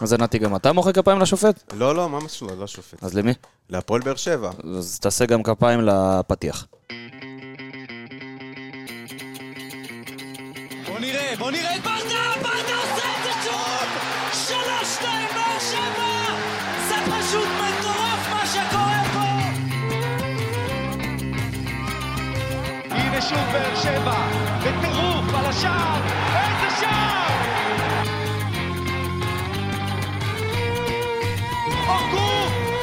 אז נתי, גם אתה מוחא כפיים לשופט? לא, לא, ממש לא, לא שופט. אז למי? להפועל באר שבע. אז תעשה גם כפיים לפתיח. בוא נראה, בוא נראה את ברדה, ברדה עושה את זה שוב! שלוש, שתיים, באר שבע! זה פשוט מטורף מה שקורה פה! הנה שוב באר שבע, בטירוף על השער, איזה שער! אורגו,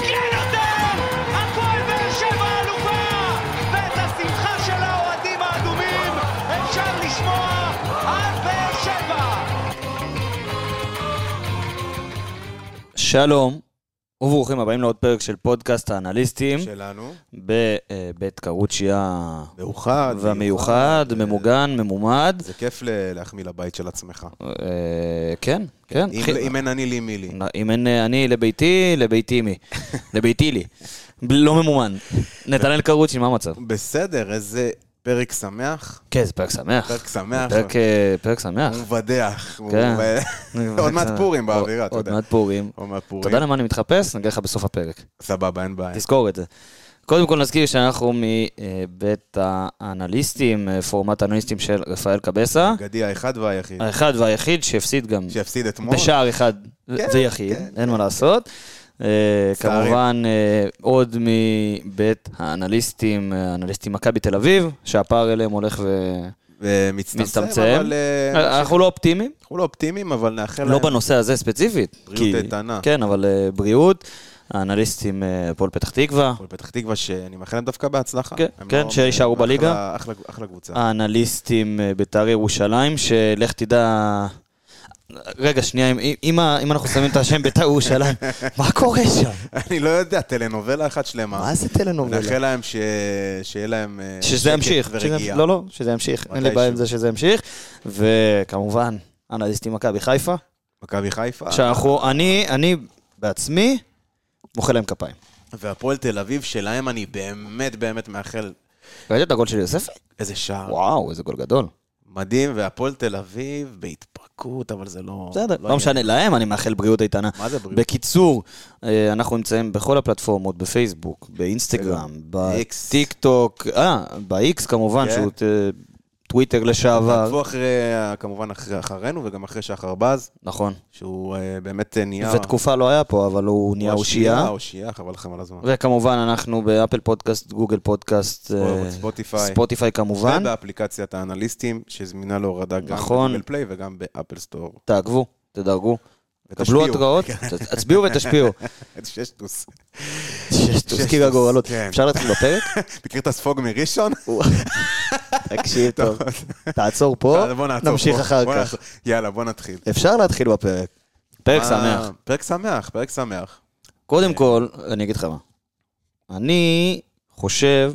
כן נותן! הפועל באר שבע אלופה! ואת השמחה של האוהדים האדומים אפשר לשמוע עד באר שבע! שלום, וברוכים הבאים לעוד פרק של פודקאסט האנליסטים שלנו. בבית קרוצ'יה מאוחד. והמיוחד, מיוחד, אה, ממוגן, ממומד. זה כיף ל- להחמיא לבית של עצמך. אה, כן, כן. אם- חי- אם אין אני לי מי לי. אם אין אה, אני לביתי, לביתי מי. לביתי לי. ב- לא ממומן. נתנאל קרוצ'י, מה המצב? כן. בסדר, איזה פרק שמח. כן, זה פרק שמח. פרק שמח. פרק, אה, פרק שמח. הוא מבדח. הוא- כן. עוד מעט פורים באווירה, אתה עוד יודע. מעט פורים. עוד מעט פורים. אתה יודע למה אני מתחפש? נגיד לך בסוף הפרק. סבבה, אין בעיה. תזכור את זה. קודם כל נזכיר שאנחנו מבית האנליסטים, אה, פורמט האנליסטים של רפאל קבסה, גדי האחד והיחיד. האחד והיחיד שהפסיד גם אוקיי. שהפסיד אתמול. בשער אחד כן, ויחיד, אין מה לעשות. אה, מצטערים. כמובן, אה, עוד מבית האנליסטים, אה, אנליסטים מכבי תל אביב, שהפער אליהם הולך ומצטמצם, ומצטמצם. אבל... אה, אנחנו לא אופטימיים, אנחנו לא אופטימיים, אבל נאחל להם... לא בנושא הזה ספציפית. בריאות כי- איתנה. כן, אבל אה, בריאות, האנליסטים אה, הפועל פתח תקווה, הפועל פתח תקווה, שאני מאחל להם דווקא בהצלחה. כן, הם כן, לא- שיישארו אחלה- בליגה. אה. אחלה- אחלה קבוצה. האנליסטים אה, בית"ר ירושלים, שלך תדע... רגע, שנייה, אם- אם ה- אם אנחנו שמים את השם בית"ר ירושלים, מה קורה שם? אני לא יודע, טלנובלה אחת שלמה. מה זה טלנובלה? נאחל להם ש- שיהיה להם... אה, שזה שקט ימשיך. שזה- ורגיעה. לא, לא, שזה ימשיך. אין לי מתישהו. בעיה עם זה שזה ימשיך. וכמובן, אנליסטים מכבי חיפה, מכבי חיפה. שאנחנו, אני, אני בעצמי, מוחא להם כפיים. והפועל תל אביב, שלהם אני באמת באמת מאחל ראית את הגול של יוספי? איזה שער. וואו, איזה גול גדול. מדהים, והפועל תל אביב בהתפרקות, אבל זה לא... בסדר, יהיה. לא משנה, להם אני מאחל בריאות איתנה. מה זה בריאות? בקיצור, אה, אנחנו נמצאים בכל הפלטפורמות, בפייסבוק, באינסטגרם, ב-X. בטיק טוק, אה, באיקס כמובן, כן. שהוא אה, טוויטר לשעבר. תעקבו אחרי, אה, כמובן אחרי- אחרינו, וגם אחרי שחר בז, נכון. שהוא אה, באמת אה, נהיה... ותקופה לא היה פה, אבל הוא נהיה אושייה. אושייה, חבל לכם על הזמן. וכמובן, אנחנו באפל פודקאסט, גוגל פודקאסט, אה, ספוטיפיי. ספוטיפיי כמובן. ובאפליקציית האנליסטים, שזמינה להורדה גם נכון. בגוגל פליי וגם באפל סטור. תעקבו, תדרגו. ותשפיעו. קבלו התראות, תצביעו ותשפיעו. ששטוס. תזכיר הגורלות. כן. אפשר להתחיל בפרק? מכיר את הספוג מראשון? תקשיב טוב. תעצור פה, יאללה, בוא נעצור נמשיך פה. אחר בוא כך. נעצור. יאללה, בוא נתחיל. אפשר להתחיל בפרק. פרק אה, שמח. פרק שמח, פרק שמח. קודם כל, אני אגיד לך מה. אני חושב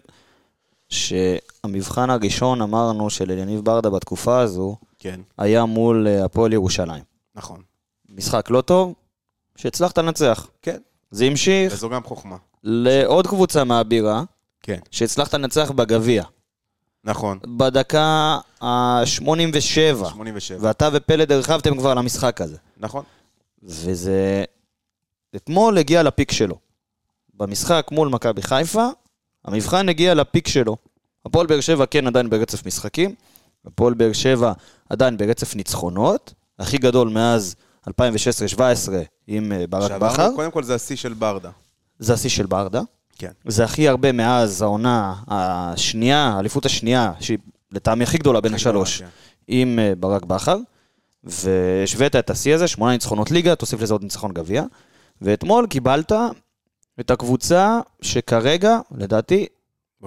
שהמבחן הראשון, אמרנו, של אליניב ברדה בתקופה הזו, כן, היה מול אה, הפועל ירושלים. נכון. משחק לא טוב, שהצלחת לנצח. כן, זה המשיך וזו גם חוכמה. לעוד קבוצה מהבירה, כן, שהצלחת לנצח בגביע. נכון. בדקה ה-87, 87, ואתה ופלד הרחבתם כבר למשחק הזה. נכון. וזה... אתמול הגיע לפיק שלו. במשחק מול מכבי חיפה, המבחן הגיע לפיק שלו. הפועל באר שבע כן עדיין ברצף משחקים, הפועל באר שבע עדיין ברצף ניצחונות, הכי גדול מאז 2016-2017 עם אה, ברק שעברנו, בכר, קודם כל זה השיא של ברדה. זה השיא של ברדה. כן. זה הכי הרבה מאז העונה השנייה, האליפות השנייה, שהיא לטעמי הכי גדולה בין הכי גדולה, השלוש, כן. עם אה, ברק בכר, והשווית את השיא הזה, שמונה ניצחונות ליגה, תוסיף לזה עוד ניצחון גביע, ואתמול קיבלת את הקבוצה שכרגע, לדעתי,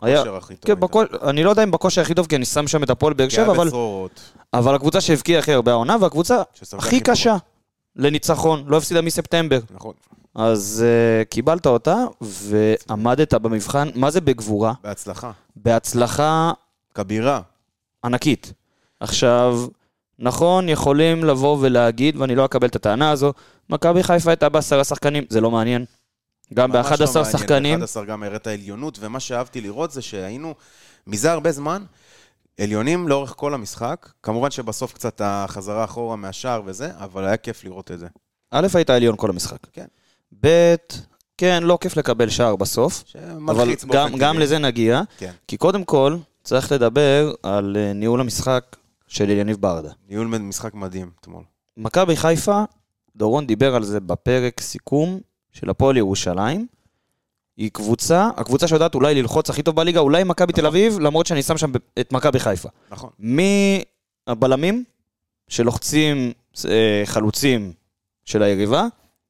היה- בכושר הכי טוב. כן, בכוש... אני לא יודע אם בכושר הכי טוב, כי אני שם שם את הפועל באר שבע, אבל, בצרורות. אבל הקבוצה שהבקיעה הכי הרבה העונה, והקבוצה שספגה הכי הכי פחות. קשה לניצחון, לא הפסידה מספטמבר. נכון. אז uh, קיבלת אותה, ועמדת במבחן, מה זה בגבורה? בהצלחה. בהצלחה כבירה. ענקית. עכשיו, נכון, יכולים לבוא ולהגיד, ואני לא אקבל את הטענה הזו, מכבי חיפה הייתה בעשרה שחקנים, זה לא מעניין. גם ממש ב-11 לא מעניין, שחקנים, ב-11 גם הראת עליונות, ומה שאהבתי לראות זה שהיינו מזה הרבה זמן עליונים לאורך כל המשחק. כמובן שבסוף קצת החזרה אחורה מהשער וזה, אבל היה כיף לראות את זה. א', היית עליון כל המשחק. כן. ב', כן, לא כיף לקבל שער בסוף. אבל שמלחיץ באופן גם, גם טבעי. לזה נגיע. כן. כי קודם כל, צריך לדבר על אה, ניהול המשחק של אליניב ברדה. ניהול משחק מדהים אתמול. מכבי חיפה, דורון דיבר על זה בפרק סיכום של הפועל ירושלים. היא קבוצה, הקבוצה שיודעת אולי ללחוץ הכי טוב בליגה, אולי מכבי תל אביב, למרות שאני שם שם את מכבי חיפה. נכון. מהבלמים, שלוחצים אה, חלוצים של היריבה,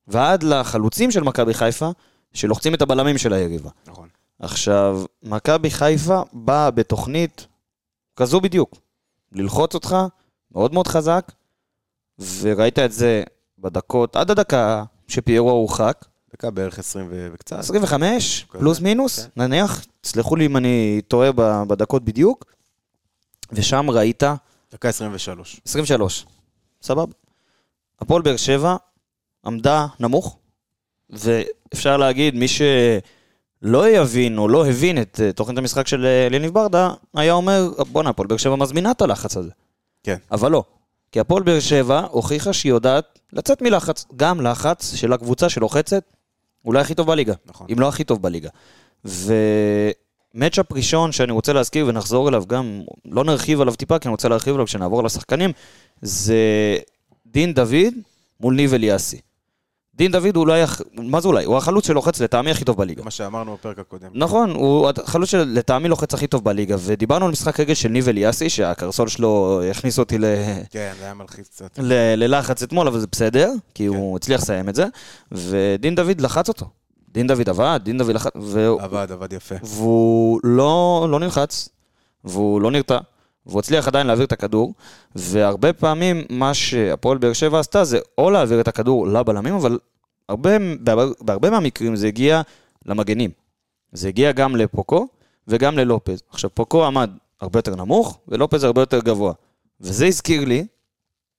ועד לחלוצים של מכבי חיפה, שלוחצים את הבלמים של היריבה. נכון. עכשיו, מכבי חיפה באה בתוכנית כזו בדיוק, ללחוץ אותך מאוד מאוד חזק, וראית את זה בדקות, עד הדקה שפיירו הורחק, דקה בערך 20 ו- וקצת. 25, כזה, פלוס מינוס, כן. נניח, תסלחו לי אם אני טועה ב- בדקות בדיוק, ושם ראית דקה 23. 23, סבבה. הפועל באר שבע עמדה נמוך, ואפשר להגיד, מי שלא יבין או לא הבין את אה, תוכנית המשחק של אה, אליניב ברדה, היה אומר, בואנה, הפועל באר שבע מזמינה את הלחץ הזה. כן. אבל לא. כי הפועל באר שבע הוכיחה שהיא יודעת לצאת מלחץ, גם לחץ של הקבוצה שלוחצת, אולי הכי טוב בליגה. נכון. אם לא הכי טוב בליגה. ומצ'אפ ראשון שאני רוצה להזכיר ונחזור אליו גם, לא נרחיב עליו טיפה, כי אני רוצה להרחיב עליו כשנעבור לשחקנים, זה דין דוד מול ניב אליאסי. דין דוד הוא אולי, הח- מה זה אולי? הוא החלוץ שלוחץ לטעמי הכי טוב בליגה. מה שאמרנו בפרק הקודם. נכון, הוא החלוץ שלטעמי לוחץ הכי טוב בליגה, ודיברנו על משחק רגל של ניב אליאסי, שהקרסול שלו הכניס אותי ל... כן, זה היה מלחיץ קצת. ל- ללחץ אתמול, אבל זה בסדר, כי כן. הוא הצליח לסיים את זה, ודין דוד לחץ אותו. דין דוד עבד, דין דוד לחץ, והוא- עבד, עבד יפה. והוא לא, לא נלחץ, והוא לא נרתע, והוא הצליח עדיין להעביר את הכדור, והרבה פעמים מה שהפועל באר שבע עשתה זה או להעביר את הכדור לבלמים, אבל הרבה, בהרבה, בהרבה מהמקרים זה הגיע למגנים. זה הגיע גם לפוקו וגם ללופז. עכשיו, פוקו עמד הרבה יותר נמוך, ולופז הרבה יותר גבוה. וזה הזכיר לי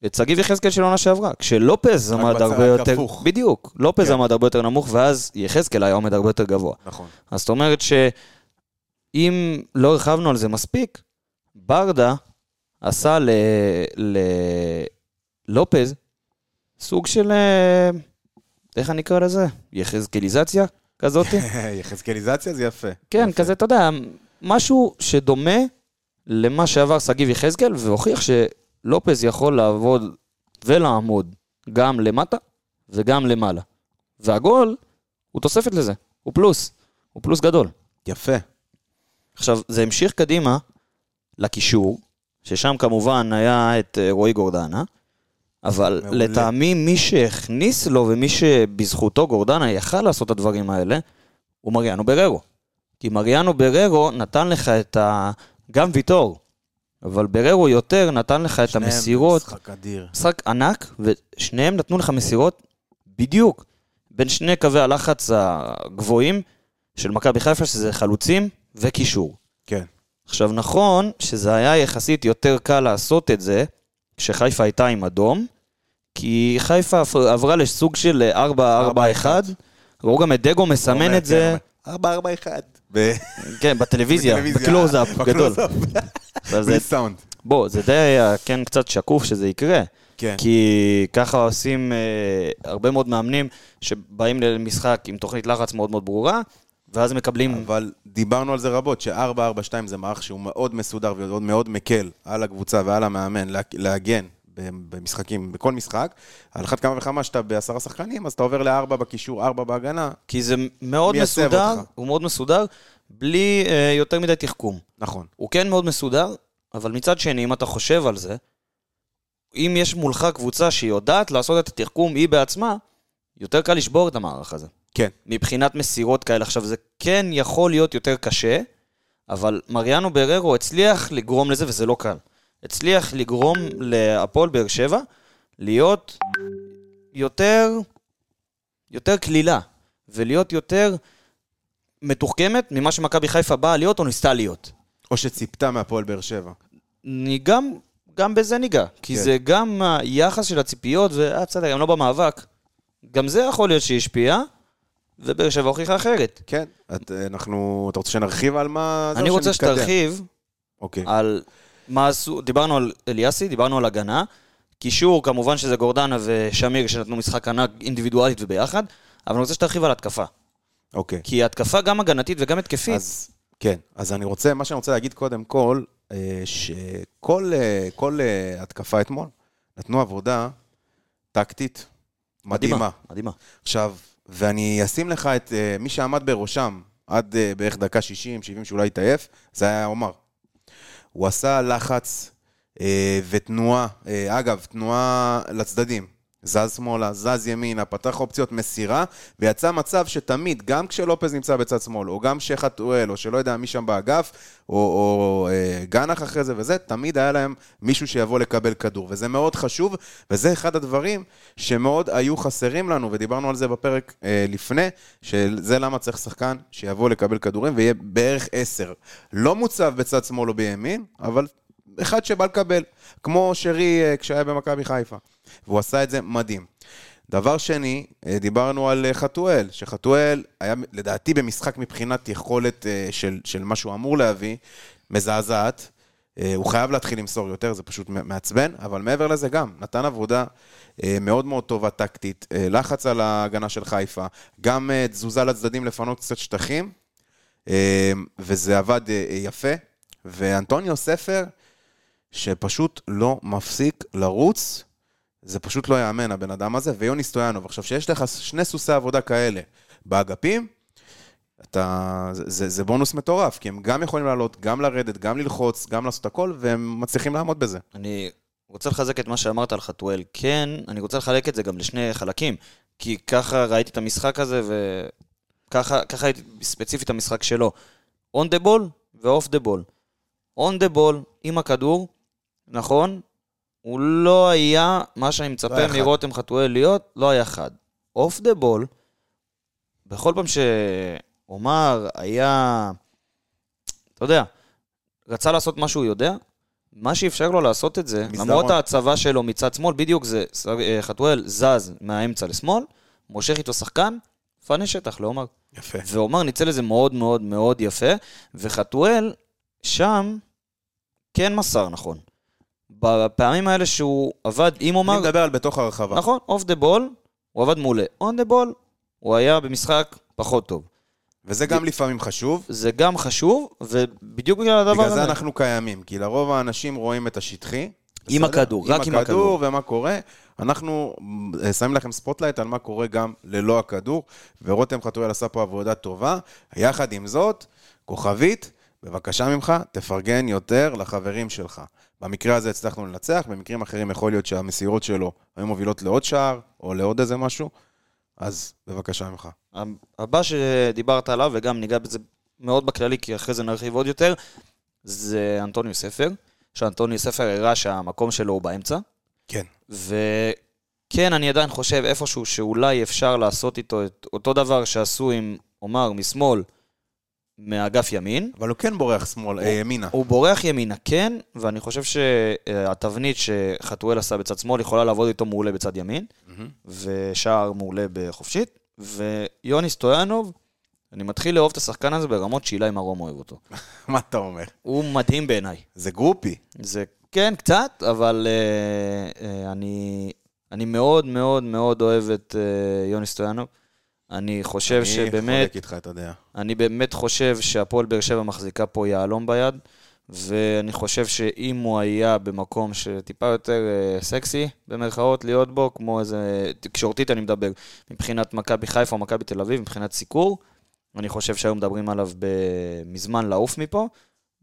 את שגיב יחזקאל של עונה שעברה, כשלופז רק עמד בצד הרבה יותר... הפוך. בדיוק, לופז כן. עמד הרבה יותר נמוך, ואז יחזקאל היה עומד הרבה יותר גבוה. נכון. אז זאת אומרת שאם לא הרחבנו על זה מספיק, ברדה עשה ללופז סוג של, אה, איך אני אקרא לזה? יחזקאליזציה כזאת? יחזקאליזציה זה יפה. כן, יפה. כזה, אתה יודע, משהו שדומה למה שעבר שגיב יחזקאל, והוכיח שלופז יכול לעבוד ולעמוד גם למטה וגם למעלה. והגול הוא תוספת לזה, הוא פלוס, הוא פלוס גדול. יפה. עכשיו, זה המשיך קדימה לקישור, ששם כמובן היה את אה, רועי גורדנה, אבל מעולה. לטעמי מי שהכניס לו ומי שבזכותו גורדנה יכל לעשות את הדברים האלה, הוא מריאנו בררו. כי מריאנו בררו נתן לך את ה... גם ויטור, אבל בררו יותר נתן לך את שניהם המסירות. משחק אדיר. משחק ענק, ושניהם נתנו לך מסירות בדיוק בין שני קווי הלחץ הגבוהים של מכבי חיפה, שזה חלוצים וקישור. כן. עכשיו, נכון שזה היה יחסית יותר קל לעשות את זה כשחיפה הייתה עם אדום, כי חיפה עפ- עברה לסוג של 4-4-1, ראו גם את דגו מסמן את זה, 4 4 1. כן, בטלוויזיה, בקלוז-אפ לא גדול. אבל זה- Mm. בלי סאונד. בוא, זה די היה כן קצת שקוף שזה יקרה. כן. כי ככה עושים אה, הרבה מאוד מאמנים שבאים למשחק עם תוכנית לחץ מאוד מאוד ברורה, ואז מקבלים... אבל דיברנו על זה רבות, ש-442 זה מערך שהוא מאוד מסודר ומאוד מאוד מקל על הקבוצה ועל המאמן לה- להגן ב- במשחקים, בכל משחק. על אחת כמה וכמה שאתה בעשרה שחקנים, אז אתה עובר לארבע בקישור, ארבע בהגנה. כי זה מאוד מייצב מסודר, אותך. הוא מאוד מסודר, בלי אה, יותר מדי תחכום. נכון. הוא כן מאוד מסודר, אבל מצד שני, אם אתה חושב על זה, אם יש מולך קבוצה שיודעת לעשות את התחכום היא בעצמה, יותר קל לשבור את המערך הזה. כן. מבחינת מסירות כאלה. עכשיו, זה כן יכול להיות יותר קשה, אבל מריאנו בררו הצליח לגרום לזה, וזה לא קל. הצליח לגרום להפועל באר שבע להיות יותר, יותר קלילה, ולהיות יותר מתוחכמת ממה שמכבי חיפה באה להיות או ניסתה להיות. או שציפתה מהפועל באר שבע. אני גם, גם בזה ניגע, כי כן. כן. זה גם היחס של הציפיות, ואה, בסדר, גם לא במאבק. גם זה יכול להיות שהשפיע, ובאר שבע הוכיחה אחרת. כן. את- אנחנו, אתה רוצה שנרחיב על מה... זה אני או רוצה שנתקדם? שתרחיב אוקיי. על מה עשו, דיברנו על אליאסי, דיברנו על הגנה. קישור, כמובן שזה גורדנה ושמיר שנתנו משחק ענק אינדיבידואלית וביחד, אבל אני רוצה שתרחיב על התקפה. אוקיי. כי התקפה גם הגנתית וגם התקפית, אז, כן, אז אני רוצה, מה שאני רוצה להגיד קודם כל, אה, שכל אה, כל, אה, התקפה אתמול נתנו עבודה טקטית מדהימה. מדהימה. עכשיו, ואני אשים לך את אה, מי שעמד בראשם עד אה, בערך דקה 60, 70, שאולי התעייף, זה היה עומר. הוא עשה לחץ אה, ותנועה, אה, אגב, תנועה לצדדים. זז שמאלה, זז ימינה, פתח אופציות מסירה, ויצא מצב שתמיד, גם כשלופז נמצא בצד שמאל, או גם שחתואל, או שלא יודע מי שם באגף, או, או אה, גנח אחרי זה וזה, תמיד היה להם מישהו שיבוא לקבל כדור. וזה מאוד חשוב, וזה אחד הדברים שמאוד היו חסרים לנו, ודיברנו על זה בפרק אה, לפני, שזה למה צריך שחקן שיבוא לקבל כדורים ויהיה בערך עשר. לא מוצב בצד שמאל או בימין, אבל אחד שבא לקבל, כמו שרי אה, כשהיה במכבי חיפה. והוא עשה את זה מדהים. דבר שני, אה, דיברנו על אה, חתואל, שחתואל היה לדעתי במשחק מבחינת יכולת אה, של, של מה שהוא אמור להביא, מזעזעת. אה, הוא חייב להתחיל למסור יותר, זה פשוט מ- מעצבן, אבל מעבר לזה גם, נתן עבודה אה, מאוד מאוד טובה טקטית, אה, לחץ על ההגנה של חיפה, גם אה, תזוזה לצדדים לפנות קצת שטחים, אה, וזה עבד אה, אה, יפה. ואנטוניו ספר, שפשוט לא מפסיק לרוץ, זה פשוט לא ייאמן, הבן אדם הזה, ויוני סטויאנוב. עכשיו, שיש לך שני סוסי עבודה כאלה באגפים, אתה, זה, זה, זה בונוס מטורף, כי הם גם יכולים לעלות, גם לרדת, גם ללחוץ, גם לעשות הכל, והם מצליחים לעמוד בזה. אני רוצה לחזק את מה שאמרת על חתואל. כן, אני רוצה לחלק את זה גם לשני חלקים, כי ככה ראיתי את המשחק הזה, וככה ככה הייתי ספציפית את המשחק שלו. און דה בול ואוף דה בול. און דה בול עם הכדור, נכון, הוא לא היה מה שאני לא היה מצפה חד. מרותם חתואל להיות, לא היה חד. אוף דה בול, בכל פעם שעומר היה, אתה יודע, רצה לעשות מה שהוא יודע, מה שאפשר לו לעשות את זה, מסדרון. מסדרון. למרות ההצבה שלו מצד שמאל, בדיוק זה, ס- אה, חתואל זז מהאמצע לשמאל, מושך איתו שחקן, פנה שטח לעומר. יפה. ועומר ניצל את זה מאוד מאוד מאוד יפה, וחתואל שם כן מסר נכון. בפעמים האלה שהוא עבד עם אני עומר, מדבר על בתוך הרחבה. נכון, אוף דה בול, הוא עבד מעולה. און דה בול, הוא היה במשחק פחות טוב. וזה גם לפעמים חשוב. זה גם חשוב, ובדיוק בגלל הדבר בגלל הזה. זה אנחנו קיימים, כי לרוב האנשים רואים את השטחי. עם בסדר? הכדור, רק עם הכדור. ומה קורה. אנחנו אה, שמים לכם ספוטלייט על מה קורה גם ללא הכדור, ורותם חתואל עשה פה עבודה טובה. יחד עם זאת, כוכבית, בבקשה ממך, תפרגן יותר לחברים שלך. במקרה הזה הצלחנו לנצח, במקרים אחרים יכול להיות שהמסירות שלו היו מובילות לעוד שער, או לעוד איזה משהו, אז בבקשה ממך. הבא שדיברת עליו, וגם ניגע בזה מאוד בכללי, כי אחרי זה נרחיב עוד יותר, זה אנטוניו ספר, שאנטוניו ספר הראה שהמקום שלו הוא באמצע, כן. וכן, אני עדיין חושב איפשהו שאולי אפשר לעשות איתו את אותו דבר שעשו עם עומר משמאל, מאגף ימין. אבל הוא כן בורח שמאל, אה, ימינה. הוא בורח ימינה, כן, ואני חושב שהתבנית שחתואל עשה בצד שמאל יכולה לעבוד איתו מעולה בצד ימין, ושער מעולה בחופשית, ויוני סטויאנוב, אני מתחיל לאהוב את השחקן הזה ברמות שאילי מרום אוהב אותו. מה אתה אומר? הוא מדהים בעיניי. זה גרופי. זה כן, קצת, אבל uh, uh, אני, אני מאוד מאוד מאוד אוהב את uh, יוני סטויאנוב. אני חושב אני שבאמת, חולק איתך את הדעה. אני באמת חושב שהפועל באר שבע מחזיקה פה יהלום ביד, ואני חושב שאם הוא היה במקום שטיפה יותר אה, סקסי, במרכאות, להיות בו, כמו איזה, תקשורתית אני מדבר, מבחינת מכבי חיפה או מכבי תל אביב, מבחינת סיקור, אני חושב שהיו מדברים עליו ב- מזמן לעוף מפה,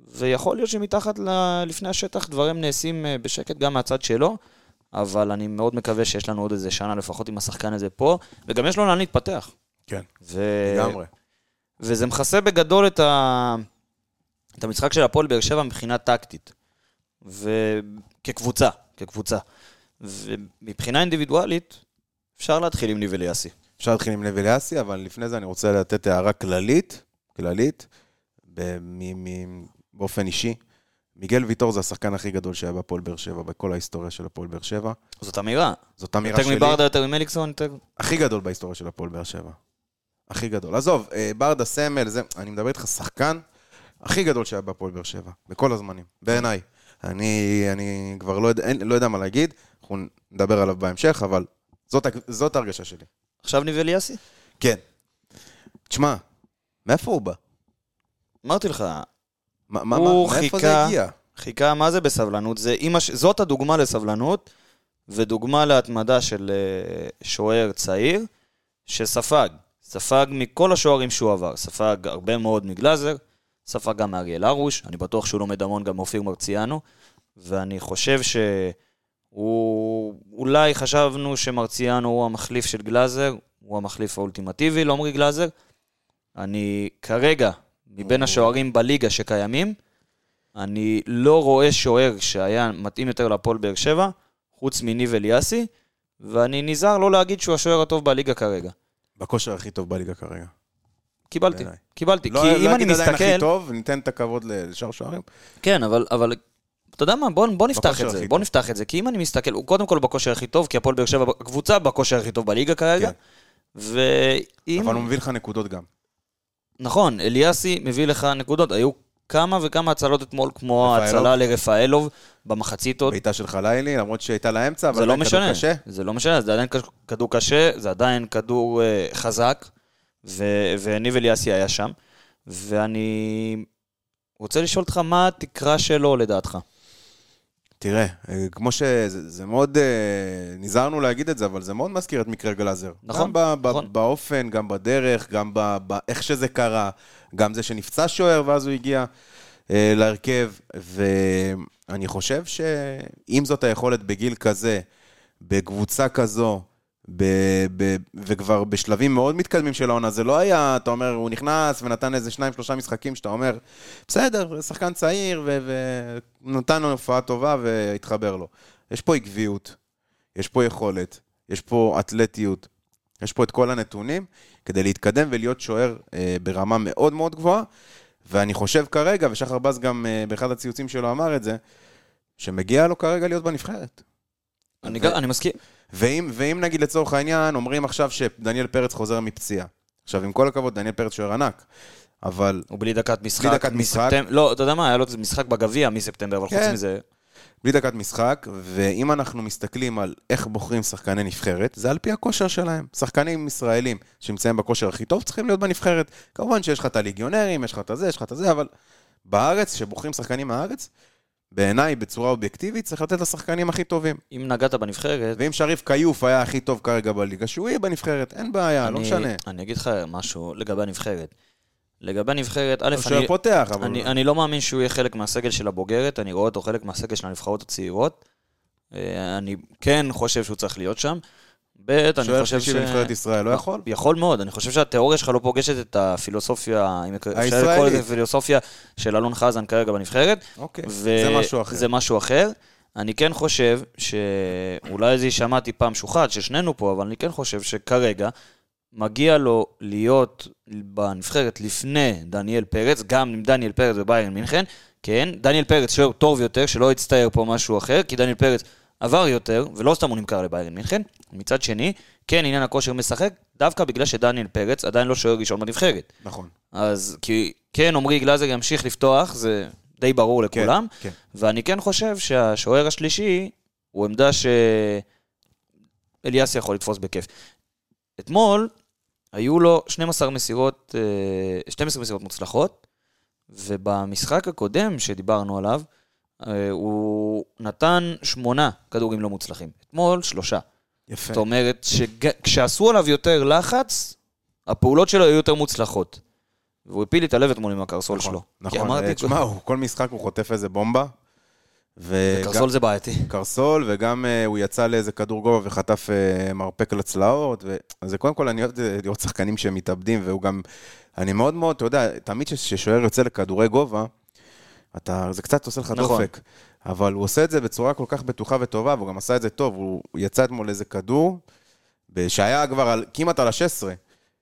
ויכול להיות שמתחת ל... לפני השטח דברים נעשים אה, בשקט גם מהצד שלו. אבל אני מאוד מקווה שיש לנו עוד איזה שנה לפחות עם השחקן הזה פה, וגם יש לו לאן להתפתח. כן, ו- לגמרי. וזה מכסה בגדול את, ה... את המשחק של הפועל באר שבע מבחינה טקטית. וכקבוצה, כקבוצה. ומבחינה אינדיבידואלית, אפשר להתחיל עם ניב אליאסי. אפשר להתחיל עם לב אליאסי, אבל לפני זה אני רוצה לתת הערה כללית, כללית, ב- מ- מ- באופן אישי. מיגל ויטור זה השחקן הכי גדול שהיה בהפועל באר שבע, בכל ההיסטוריה של הפועל באר שבע. זאת אמירה. זאת אמירה יותר שלי. מברדה, יותר ממליקסון, יותר... הכי גדול בהיסטוריה של הפועל באר שבע. הכי גדול. עזוב, אה, ברדה סמל, זה, אני מדבר איתך שחקן הכי גדול שהיה בהפועל באר שבע, בכל הזמנים, בעיניי. אני, אני כבר לא, יודע- אין, לא יודע מה להגיד, אנחנו נדבר עליו בהמשך, אבל זאת, הק- זאת ההרגשה שלי. עכשיו ניב אליאסי? כן. תשמע, מאיפה הוא בא? אמרתי לך, מה, מה, הוא מה, מאיפה זה חיכה- הגיע? חיכה מה זה בסבלנות, זה אמא, ש- זאת הדוגמה לסבלנות, ודוגמה להתמדה של אה, שוער צעיר, שספג, ספג מכל השוערים שהוא עבר, ספג הרבה מאוד מגלאזר, ספג גם מאריאל הרוש, אני בטוח שהוא לומד המון גם מאופיר מרציאנו, ואני חושב שהוא, אולי חשבנו שמרציאנו הוא המחליף של גלאזר, הוא המחליף האולטימטיבי לעומרי גלאזר. אני כרגע, מבין השוערים בליגה שקיימים, אני לא רואה שוער שהיה מתאים יותר להפועל באר שבע, חוץ מניב אליאסי, ואני נזהר לא להגיד שהוא השוער הטוב בליגה כרגע. בכושר הכי טוב בליגה כרגע. קיבלתי, בעיניי. קיבלתי. לא, כי לא אם אני אגיד עדיין הכי מסתכל... טוב, ניתן את הכבוד לשאר שוערים. כן, אבל... אבל... אתה יודע מה? בוא, בוא נפתח בכושר את זה. הכי בוא טוב. נפתח את זה. כי אם אני מסתכל, הוא קודם כל בכושר הכי טוב, כי הפועל באר שבע, הקבוצה בכושר הכי טוב בליגה כרגע. כן. ואם... אבל הוא מביא לך נקודות גם. נכון, אליאסי מביא לך נקודות. היו כמה וכמה הצלות אתמול, כמו רפאלוב. ההצלה לרפאלוב במחצית עוד. בעיטה של חלילי, למרות שהייתה לאמצע, אבל זה לא עדיין כדור משנה, קשה. זה לא משנה, זה עדיין כש- כדור קשה, זה עדיין כדור אה, חזק, ו- וניב אליאסי היה שם, ואני רוצה לשאול אותך מה התקרה שלו לדעתך. תראה, אה, כמו שזה זה מאוד, אה, נזהרנו להגיד את זה, אבל זה מאוד מזכיר את מקרה גלאזר. נכון, גם ב- נכון. ב- באופן, גם בדרך, גם ב- באיך שזה קרה, גם זה שנפצע שוער ואז הוא הגיע אה, להרכב, ואני חושב שאם זאת היכולת בגיל כזה, בקבוצה כזו, ב, ב, וכבר בשלבים מאוד מתקדמים של העונה, זה לא היה, אתה אומר, הוא נכנס ונתן איזה שניים, שלושה משחקים שאתה אומר, בסדר, שחקן צעיר, ו- ונתן לו הופעה טובה והתחבר לו. יש פה עקביות, יש פה יכולת, יש פה אתלטיות, יש פה את כל הנתונים כדי להתקדם ולהיות שוער אה, ברמה מאוד מאוד גבוהה, ואני חושב כרגע, ושחר בז גם אה, באחד הציוצים שלו אמר את זה, שמגיע לו כרגע להיות בנבחרת. אני גם- אני מסכים. ואם, ואם נגיד לצורך העניין, אומרים עכשיו שדניאל פרץ חוזר מפציעה. עכשיו, עם כל הכבוד, דניאל פרץ שוער ענק, אבל הוא בלי דקת משחק. דקת משחק. מספטמב- לא, אתה יודע מה, היה לו איזה משחק בגביע מספטמבר, אבל חוץ כן. מזה... בלי דקת משחק, ואם אנחנו מסתכלים על איך בוחרים שחקני נבחרת, זה על פי הכושר שלהם. שחקנים ישראלים שנמצאים בכושר הכי טוב צריכים להיות בנבחרת. כמובן שיש לך את הליגיונרים, יש לך את הזה, יש לך את הזה, אבל בארץ, כשבוחרים שחקנים מהארץ, בעיניי, בצורה אובייקטיבית, צריך לתת לשחקנים הכי טובים. אם נגעת בנבחרת... ואם שריף כיוף היה הכי טוב כרגע בליגה, שהוא יהיה בנבחרת, אין בעיה, לא אני- משנה. אני אגיד לך משהו לגבי הנבחרת. לגבי הנבחרת, א', הוא שוער אני... פותח, אבל... אני, אני לא מאמין שהוא יהיה חלק מהסגל של הבוגרת, אני רואה אותו חלק מהסגל של הנבחרות הצעירות. אה, אני כן חושב שהוא צריך להיות שם. ב', אני שוער חושב ש... שלישי בנבחרת ישראל, לא יכול? יכול מאוד, אני חושב שהתיאוריה שלך לא פוגשת את הפילוסופיה, אם אפשר לקרוא הישראלית. לזה פילוסופיה של אלון חזן כרגע בנבחרת. אוקיי, ו- זה משהו אחר. זה משהו אחר. אני כן חושב שאולי זה יישמע טיפה משוחד של שנינו פה, אבל אני כן חושב שכרגע מגיע לו להיות בנבחרת לפני דניאל פרץ, גם עם דניאל פרץ בביירן מינכן, כן, דניאל פרץ שוער טוב יותר, שלא יצטייר פה משהו אחר, כי דניאל פרץ עבר יותר, ולא סתם הוא נמכר לביירן מינכן. מצד שני, כן, עניין הכושר משחק, דווקא בגלל שדניאל פרץ עדיין לא שוער ראשון בנבחרת. נכון. אז כי כן, עמרי גלאזר ימשיך לפתוח, זה די ברור כן, לכולם. כן. ואני כן חושב שהשוער השלישי הוא עמדה שאליאס יכול לתפוס בכיף. אתמול היו לו 12 מסירות, אה, 12 מסירות מוצלחות, ובמשחק הקודם שדיברנו עליו, אה, הוא נתן שמונה כדורים לא מוצלחים. אתמול, שלושה. יפה. זאת אומרת, כשעשו עליו יותר לחץ, הפעולות שלו היו יותר מוצלחות. והוא הפיל לי את הלב אתמול עם הקרסול נכון, שלו. נכון. כי אמרתי, אה, תשמע, הוא- כל משחק הוא חוטף איזה בומבה. וגם- אה, קרסול זה בעייתי. קרסול, וגם אה, הוא יצא לאיזה כדור גובה וחטף אה, מרפק לצלעות. ו... אז זה קודם כל, אני אוהב אה, לראות שחקנים שמתאבדים, והוא גם... אני מאוד מאוד, אתה יודע, תמיד כש- כששוער יוצא לכדורי גובה, אתה, זה קצת עושה לך נכון. דופק. אבל הוא עושה את זה בצורה כל כך בטוחה וטובה, והוא גם עשה את זה טוב. הוא הוא יצא אתמול איזה כדור, ב- שהיה כבר על, כמעט על ה-16,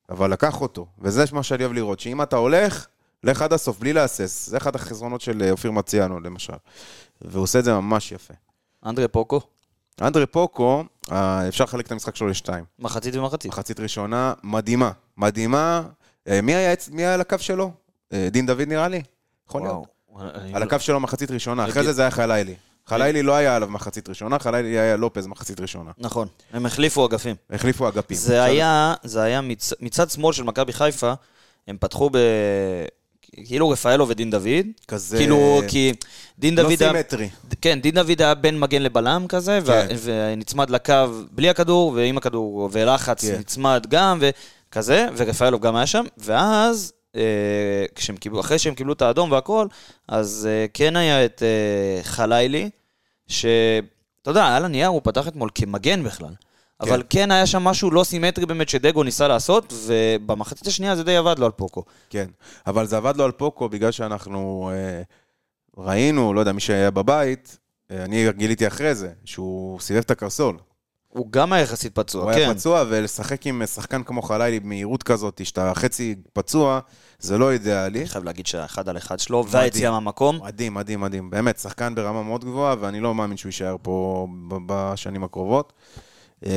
אבל לקח אותו. וזה מה שאני אוהב לראות, שאם אתה הולך, לך עד הסוף, בלי להסס. זה אחד החסרונות של אה, אופיר מציאנו, למשל. והוא עושה את זה ממש יפה. אנדרי פוקו, אנדרי פוקו, אה, אפשר לחלק את המשחק שלו לשתיים. מחצית ומחצית. מחצית ראשונה, מדהימה. מדהימה. אה, מי היה, אצ- מי היה על הקו שלו? אה, דין דוד נראה לי? יכול להיות. וואו, אני על לא- הקו שלו מחצית ראשונה, אחרי הייתי- זה זה היה חלילי. חלילי לא היה עליו מחצית ראשונה, חלילי היה לופז מחצית ראשונה. נכון, הם החליפו אגפים. החליפו אגפים. זה היה, זה היה מצ... מצד שמאל של מכבי חיפה, הם פתחו ב... כאילו רפאלו ודין דוד. כזה- כאילו, כי דין לא דוד... היה- סימטרי. כן, דין דוד היה בין מגן לבלם כזה, וה- כן. ונצמד לקו בלי הכדור, ועם הכדור, ולחץ כן. נצמד גם, וכזה, ורפאלו גם היה שם, ואז... אה, כשהם קיבלו, אחרי שהם קיבלו את האדום והכל, אז אה, כן היה את אה, חלילי, ש... אתה יודע, על הנייר הוא פתח אתמול כמגן בכלל. אבל כן היה שם משהו לא סימטרי באמת שדגו ניסה לעשות, ובמחצית השנייה זה די עבד לו על פוקו. כן, אבל זה עבד לו על פוקו בגלל שאנחנו אה, ראינו, לא יודע, מי שהיה בבית, אה, אני גיליתי אחרי זה, שהוא סיבב את הקרסול. הוא גם היה יחסית פצוע, הוא כן. היה פצוע, ולשחק עם שחקן כמו חלילי במהירות כזאת, שאתה חצי פצוע, זה לא אידיאלי. אני חייב להגיד שהאחד על אחד שלו, והיציאה מהמקום, מדהים, מדהים, מדהים. באמת, שחקן ברמה מאוד גבוהה, ואני לא מאמין שהוא יישאר פה ב- בשנים הקרובות. אה,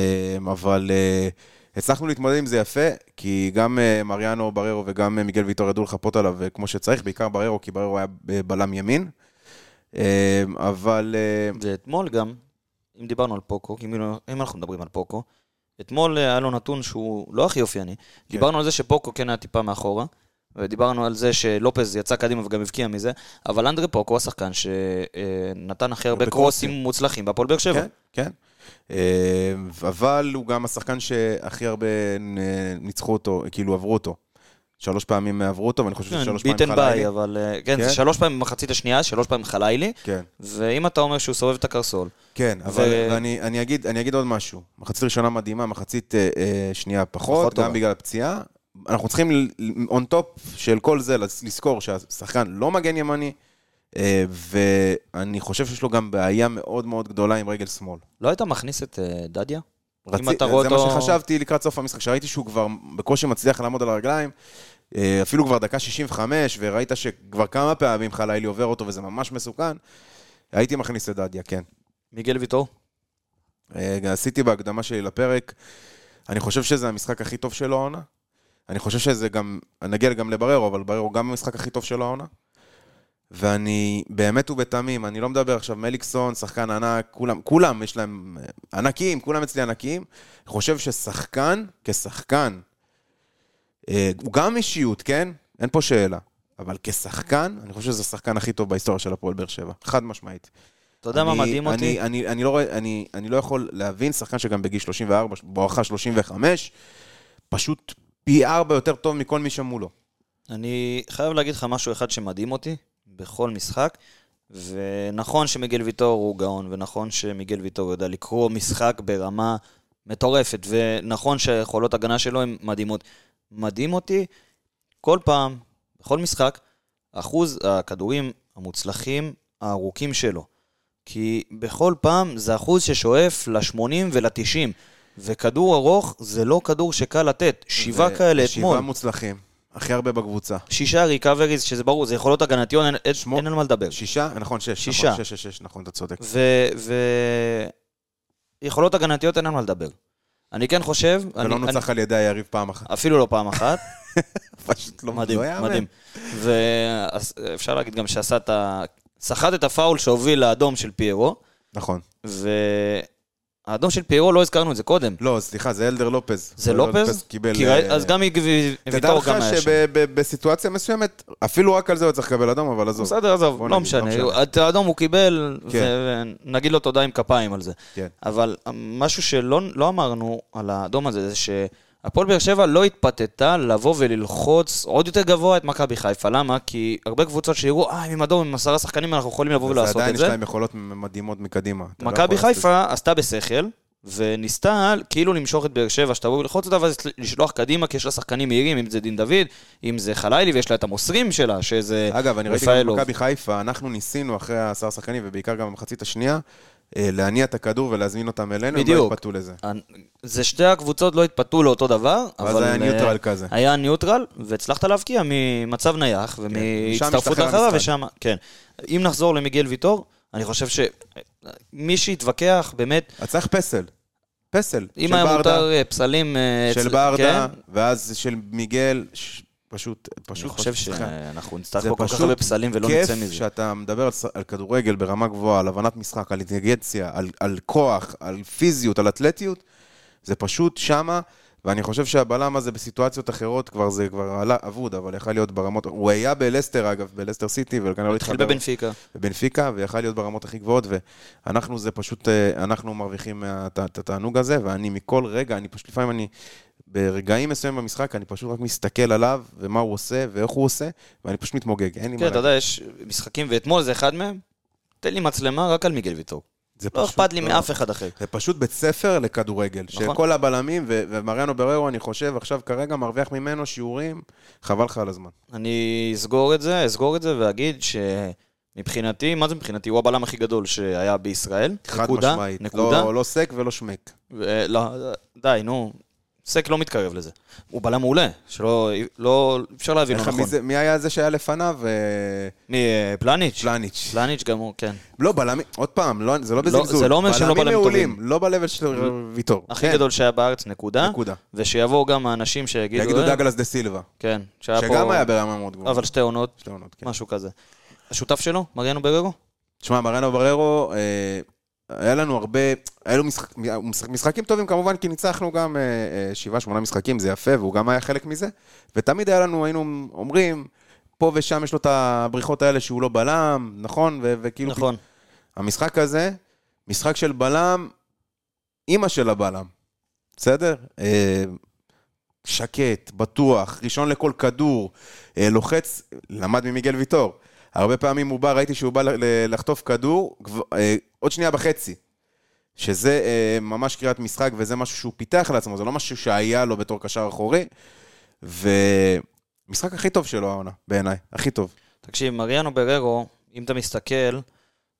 אבל אה, הצלחנו להתמודד עם זה יפה, כי גם אה, מריאנו בררו וגם אה, מיגל ויטור ידעו לחפות עליו אה, כמו שצריך, בעיקר בררו, כי בררו היה אה, בלם ימין. אה, אבל אה, ואתמול גם, אם דיברנו על פוקו, כי אם, לא- אם אנחנו מדברים על פוקו, אתמול אה, היה לו נתון שהוא לא הכי אופייני. דיברנו על זה שפוקו כן היה טיפה מאחורה, ודיברנו על זה שלופז יצא קדימה וגם הבקיע מזה, אבל אנדרי פוקו הוא השחקן שנתן הכי הרבה הרבה קרוסים קרוסים. מוצלחים בהפועל באר שבע. כן, כן. אה, אבל הוא גם השחקן שהכי הרבה אה, ניצחו אותו, כאילו עברו אותו. שלוש פעמים עברו אותו, ואני חושב כן, ששלוש פעמים ביטן ביי, חלילי. אבל אה, כן, זה כן. שלוש פעמים במחצית השנייה, שלוש פעמים חלילי, כן. ואם אתה אומר שהוא סובב את הקרסול, כן, אבל ו- ו... אני, אני, אגיד, אני אגיד עוד משהו. מחצית ראשונה מדהימה, מחצית אה, אה, שנייה פחות, פחות פחות גם טובה. בגלל הפציעה. אנחנו צריכים ל- ל- on top של כל זה לז- לזכור שהשחקן לא מגן ימני, אה, ואני חושב שיש לו גם בעיה מאוד מאוד גדולה עם רגל שמאל. לא היית מכניס את אה, דדיה? רצי- אם אתה רואה זה אותו... מה שחשבתי לקראת סוף המשחק, שראיתי שהוא כבר בקושי מצליח לעמוד על הרגליים, אה, אפילו כבר דקה 65, וראית שכבר כמה פעמים חלילי עובר אותו וזה ממש מסוכן, הייתי מכניס את דדיה, כן. מיגל ויטור? אה, עשיתי בהקדמה שלי לפרק, אני חושב שזה המשחק הכי טוב שלו העונה. אני חושב שזה גם, נגיע גם לבררו, אבל בררו גם המשחק הכי טוב שלו העונה. ואני, באמת ובתמים, אני לא מדבר עכשיו, מליקסון, שחקן ענק, כולם, כולם יש להם אה, ענקים, כולם אצלי ענקים. אני חושב ששחקן, כשחקן, אה, הוא גם אישיות, כן? אין פה שאלה. אבל כשחקן, אני חושב שזה השחקן הכי טוב בהיסטוריה של הפועל באר שבע, חד משמעית. אתה יודע מה אני- מדהים אותי? אני, אני, אני, לא, רואה- אני, אני לא יכול להבין שחקן שגם בגיל 34, בואכה 35, פשוט פי ארבע יותר טוב מכל מי שמולו. אני חייב להגיד לך משהו אחד שמדהים אותי בכל משחק, ונכון שמיגל ויטור הוא גאון, ונכון שמיגל ויטור יודע לקרוא משחק ברמה מטורפת, ונכון שהיכולות הגנה שלו הן מדהימות. מדהים אותי כל פעם, בכל משחק, אחוז הכדורים המוצלחים הארוכים שלו. כי בכל פעם זה אחוז ששואף ל-80 ול-90, וכדור ארוך זה לא כדור שקל לתת. שבעה ו- כאלה שבעה אתמול. מוצלחים, הכי הרבה בקבוצה. שישה ריקאבריז, שזה ברור, זה יכולות הגנתיות, אין, אין, שמו- אין על מה לדבר. שישה? נכון, שש. שישה. נכון, שש, שש, שש, נכון, אתה צודק. ו... ו... יכולות הגנתיות אין על מה לדבר. אני כן חושב... ולא אני, נוצח אני, על ידי היריב פעם אחת. אפילו לא פעם אחת. פשוט לא מדהים, לא יאמן. מדהים. ואפשר להגיד גם שעשה את ה... סחט את הפאול שהוביל לאדום של פיירו, נכון. והאדום של פיירו, לא הזכרנו את זה קודם. לא, סליחה, זה אלדר לופז. זה אלדר לופז? קיבל... כי אה, ראי- אז גם איגבי תדע ויטור לך גם היה שם. שבסיטואציה מסוימת, אפילו רק על זה הוא צריך לקבל אדום, אבל עזוב. בסדר, עזוב, בוא לא נגיד, לא משנה. משנה. את האדום הוא קיבל, כן. ו- ונגיד לו תודה עם כפיים על זה. כן. אבל אה, משהו שלא לא אמרנו על האדום הזה, זה שהפועל באר שבע לא התפתתה לבוא וללחוץ עוד יותר גבוה את מכבי חיפה. למה? כי הרבה קבוצות שיראו, אה, הם עם אדום, עם עשרה שחקנים, אנחנו יכולים לבוא ולעשות ועדיין את יש זה. להם יכולות מדהימות מקדימה. אתה לא מכבי יכול לעשות את זה. חיפה עשתה בשכל, וניסתה כאילו למשוך את באר שבע, שתבוא ולחוץ אותה, ואז לשלוח קדימה, כי יש לה שחקנים מהירים, אם זה דין דוד, אם זה חלילי, ויש לה את המוסרים שלה, שזה אגב, אני ראיתי גם רפאלוב. במכבי חיפה, אנחנו ניסינו אחרי העשרה שחקנים, ובעיקר גם במחצית השנייה, אה, להניע את הכדור ולהזמין אותם אלינו, הם לא בדיוק. התפתו לזה. זה שתי הקבוצות לא התפתו לאותו דבר, ואז אבל... היה אה, ניוטרל כזה. כן, היה ניוטרל, והצלחת להבקיע ממצב נייח ומהצטרפות משתחרר לאחריו, המשחק. ושם... כן. אם נחזור למיגל ויטור, אני חושב שמי שיתווכח, באמת, אז צריך פסל. פסל. אם של היה ברדה, מותר אה, פסלים... אה, של אצל- ברדה, כן, ואז של מיגל, ש- פשוט, פשוט, אני חושב פשוט שחקן. שאנחנו נצטרך זה פה כל כך פשוט הרבה פסלים ולא כיף נצא מזה. שאתה מדבר על, ס- על כדורגל ברמה גבוהה, על הבנת משחק, על אינטליגנציה, על, על כוח, על פיזיות, על אתלטיות, זה פשוט שמה, ואני חושב שהבלם הזה בסיטואציות אחרות כבר זה כבר עלה אבוד, אבל יכל להיות ברמות, הוא היה בלסטר אגב, בלסטר סיטי, וכנראה לא התחיל התחבר. בבנפיקה. בבנפיקה, ויכל להיות ברמות הכי גבוהות, ואנחנו זה פשוט, אה, אנחנו מרוויחים מה- את ה- את התענוג הזה, ואני מכל רגע, אני פשוט לפעמים אני, ברגעים מסוימים במשחק, אני פשוט רק מסתכל עליו, ומה הוא עושה, ואיך הוא עושה, ואני פשוט מתמוגג, אין לי כן, מה אתה להגיד. יודע, יש משחקים, ואתמול זה אחד מהם. תן לי מצלמה רק על מיגל ויטור. זה לא פשוט- אכפת לי לא. מאף אחד אחר. זה פשוט בית ספר לכדורגל, נכון. שכל הבלמים, ו- ומריאנו בררו, אני חושב, עכשיו כרגע מרוויח ממנו שיעורים, חבל לך על הזמן. אני אסגור את זה, אסגור את זה ואגיד שמבחינתי, מה זה מבחינתי? הוא הבלם הכי גדול שהיה בישראל. חד נקודה, משמעית. נקודה. לא- לא סק ולא שמק. ו- לא, די, נו. סק לא מתקרב לזה. הוא בלם מעולה, שלא, לא, אפשר להבין לא איך- מי נכון. זה- מי היה זה שהיה לפניו? אה, מי, אה, פלניץ'? פלניץ'. פלניץ' גם הוא, כן. לא, בלמים, עוד פעם, לא, זה לא בזלזול. זה לא אומר שהם לא בלמים מעולים, לא ב-level של ויטור. הכי כן, גדול שהיה בארץ, נקודה. נקודה. ושיבואו גם האנשים שיגידו... יגידו "אה, דאגלס דה סילבה, כן, שהיה פה... שגם היה ברמה מאוד גבוהה. אבל שתי עונות, שתי עונות, כן. משהו כזה. השותף שלו, מריאנו בררו? תשמע, מרנו בררו, אה, היה לנו הרבה, היה לו משחק, משחק- משחקים טובים כמובן, כי ניצחנו גם אה, אה, שבעה, שמונה משחקים, זה יפה, והוא גם היה חלק מזה. ותמיד היה לנו, היינו אומרים, פה ושם יש לו את הבריחות האלה שהוא לא בלם, נכון? ו- וכאילו... נכון. המשחק הזה, משחק של בלם, אימא של הבלם, בסדר? אה, שקט, בטוח, ראשון לכל כדור, אה, לוחץ, למד ממיגל ויטור. הרבה פעמים הוא בא, ראיתי שהוא בא ל- ל- לחטוף כדור, כבר- אה, עוד שנייה וחצי. שזה אה, ממש קריאת משחק, וזה משהו שהוא פיתח לעצמו, זה לא משהו שהיה לו בתור קשר אחורי. ומשחק הכי טוב שלו העונה, בעיניי, הכי טוב. תקשיב, מריאנו בררו, אם אתה מסתכל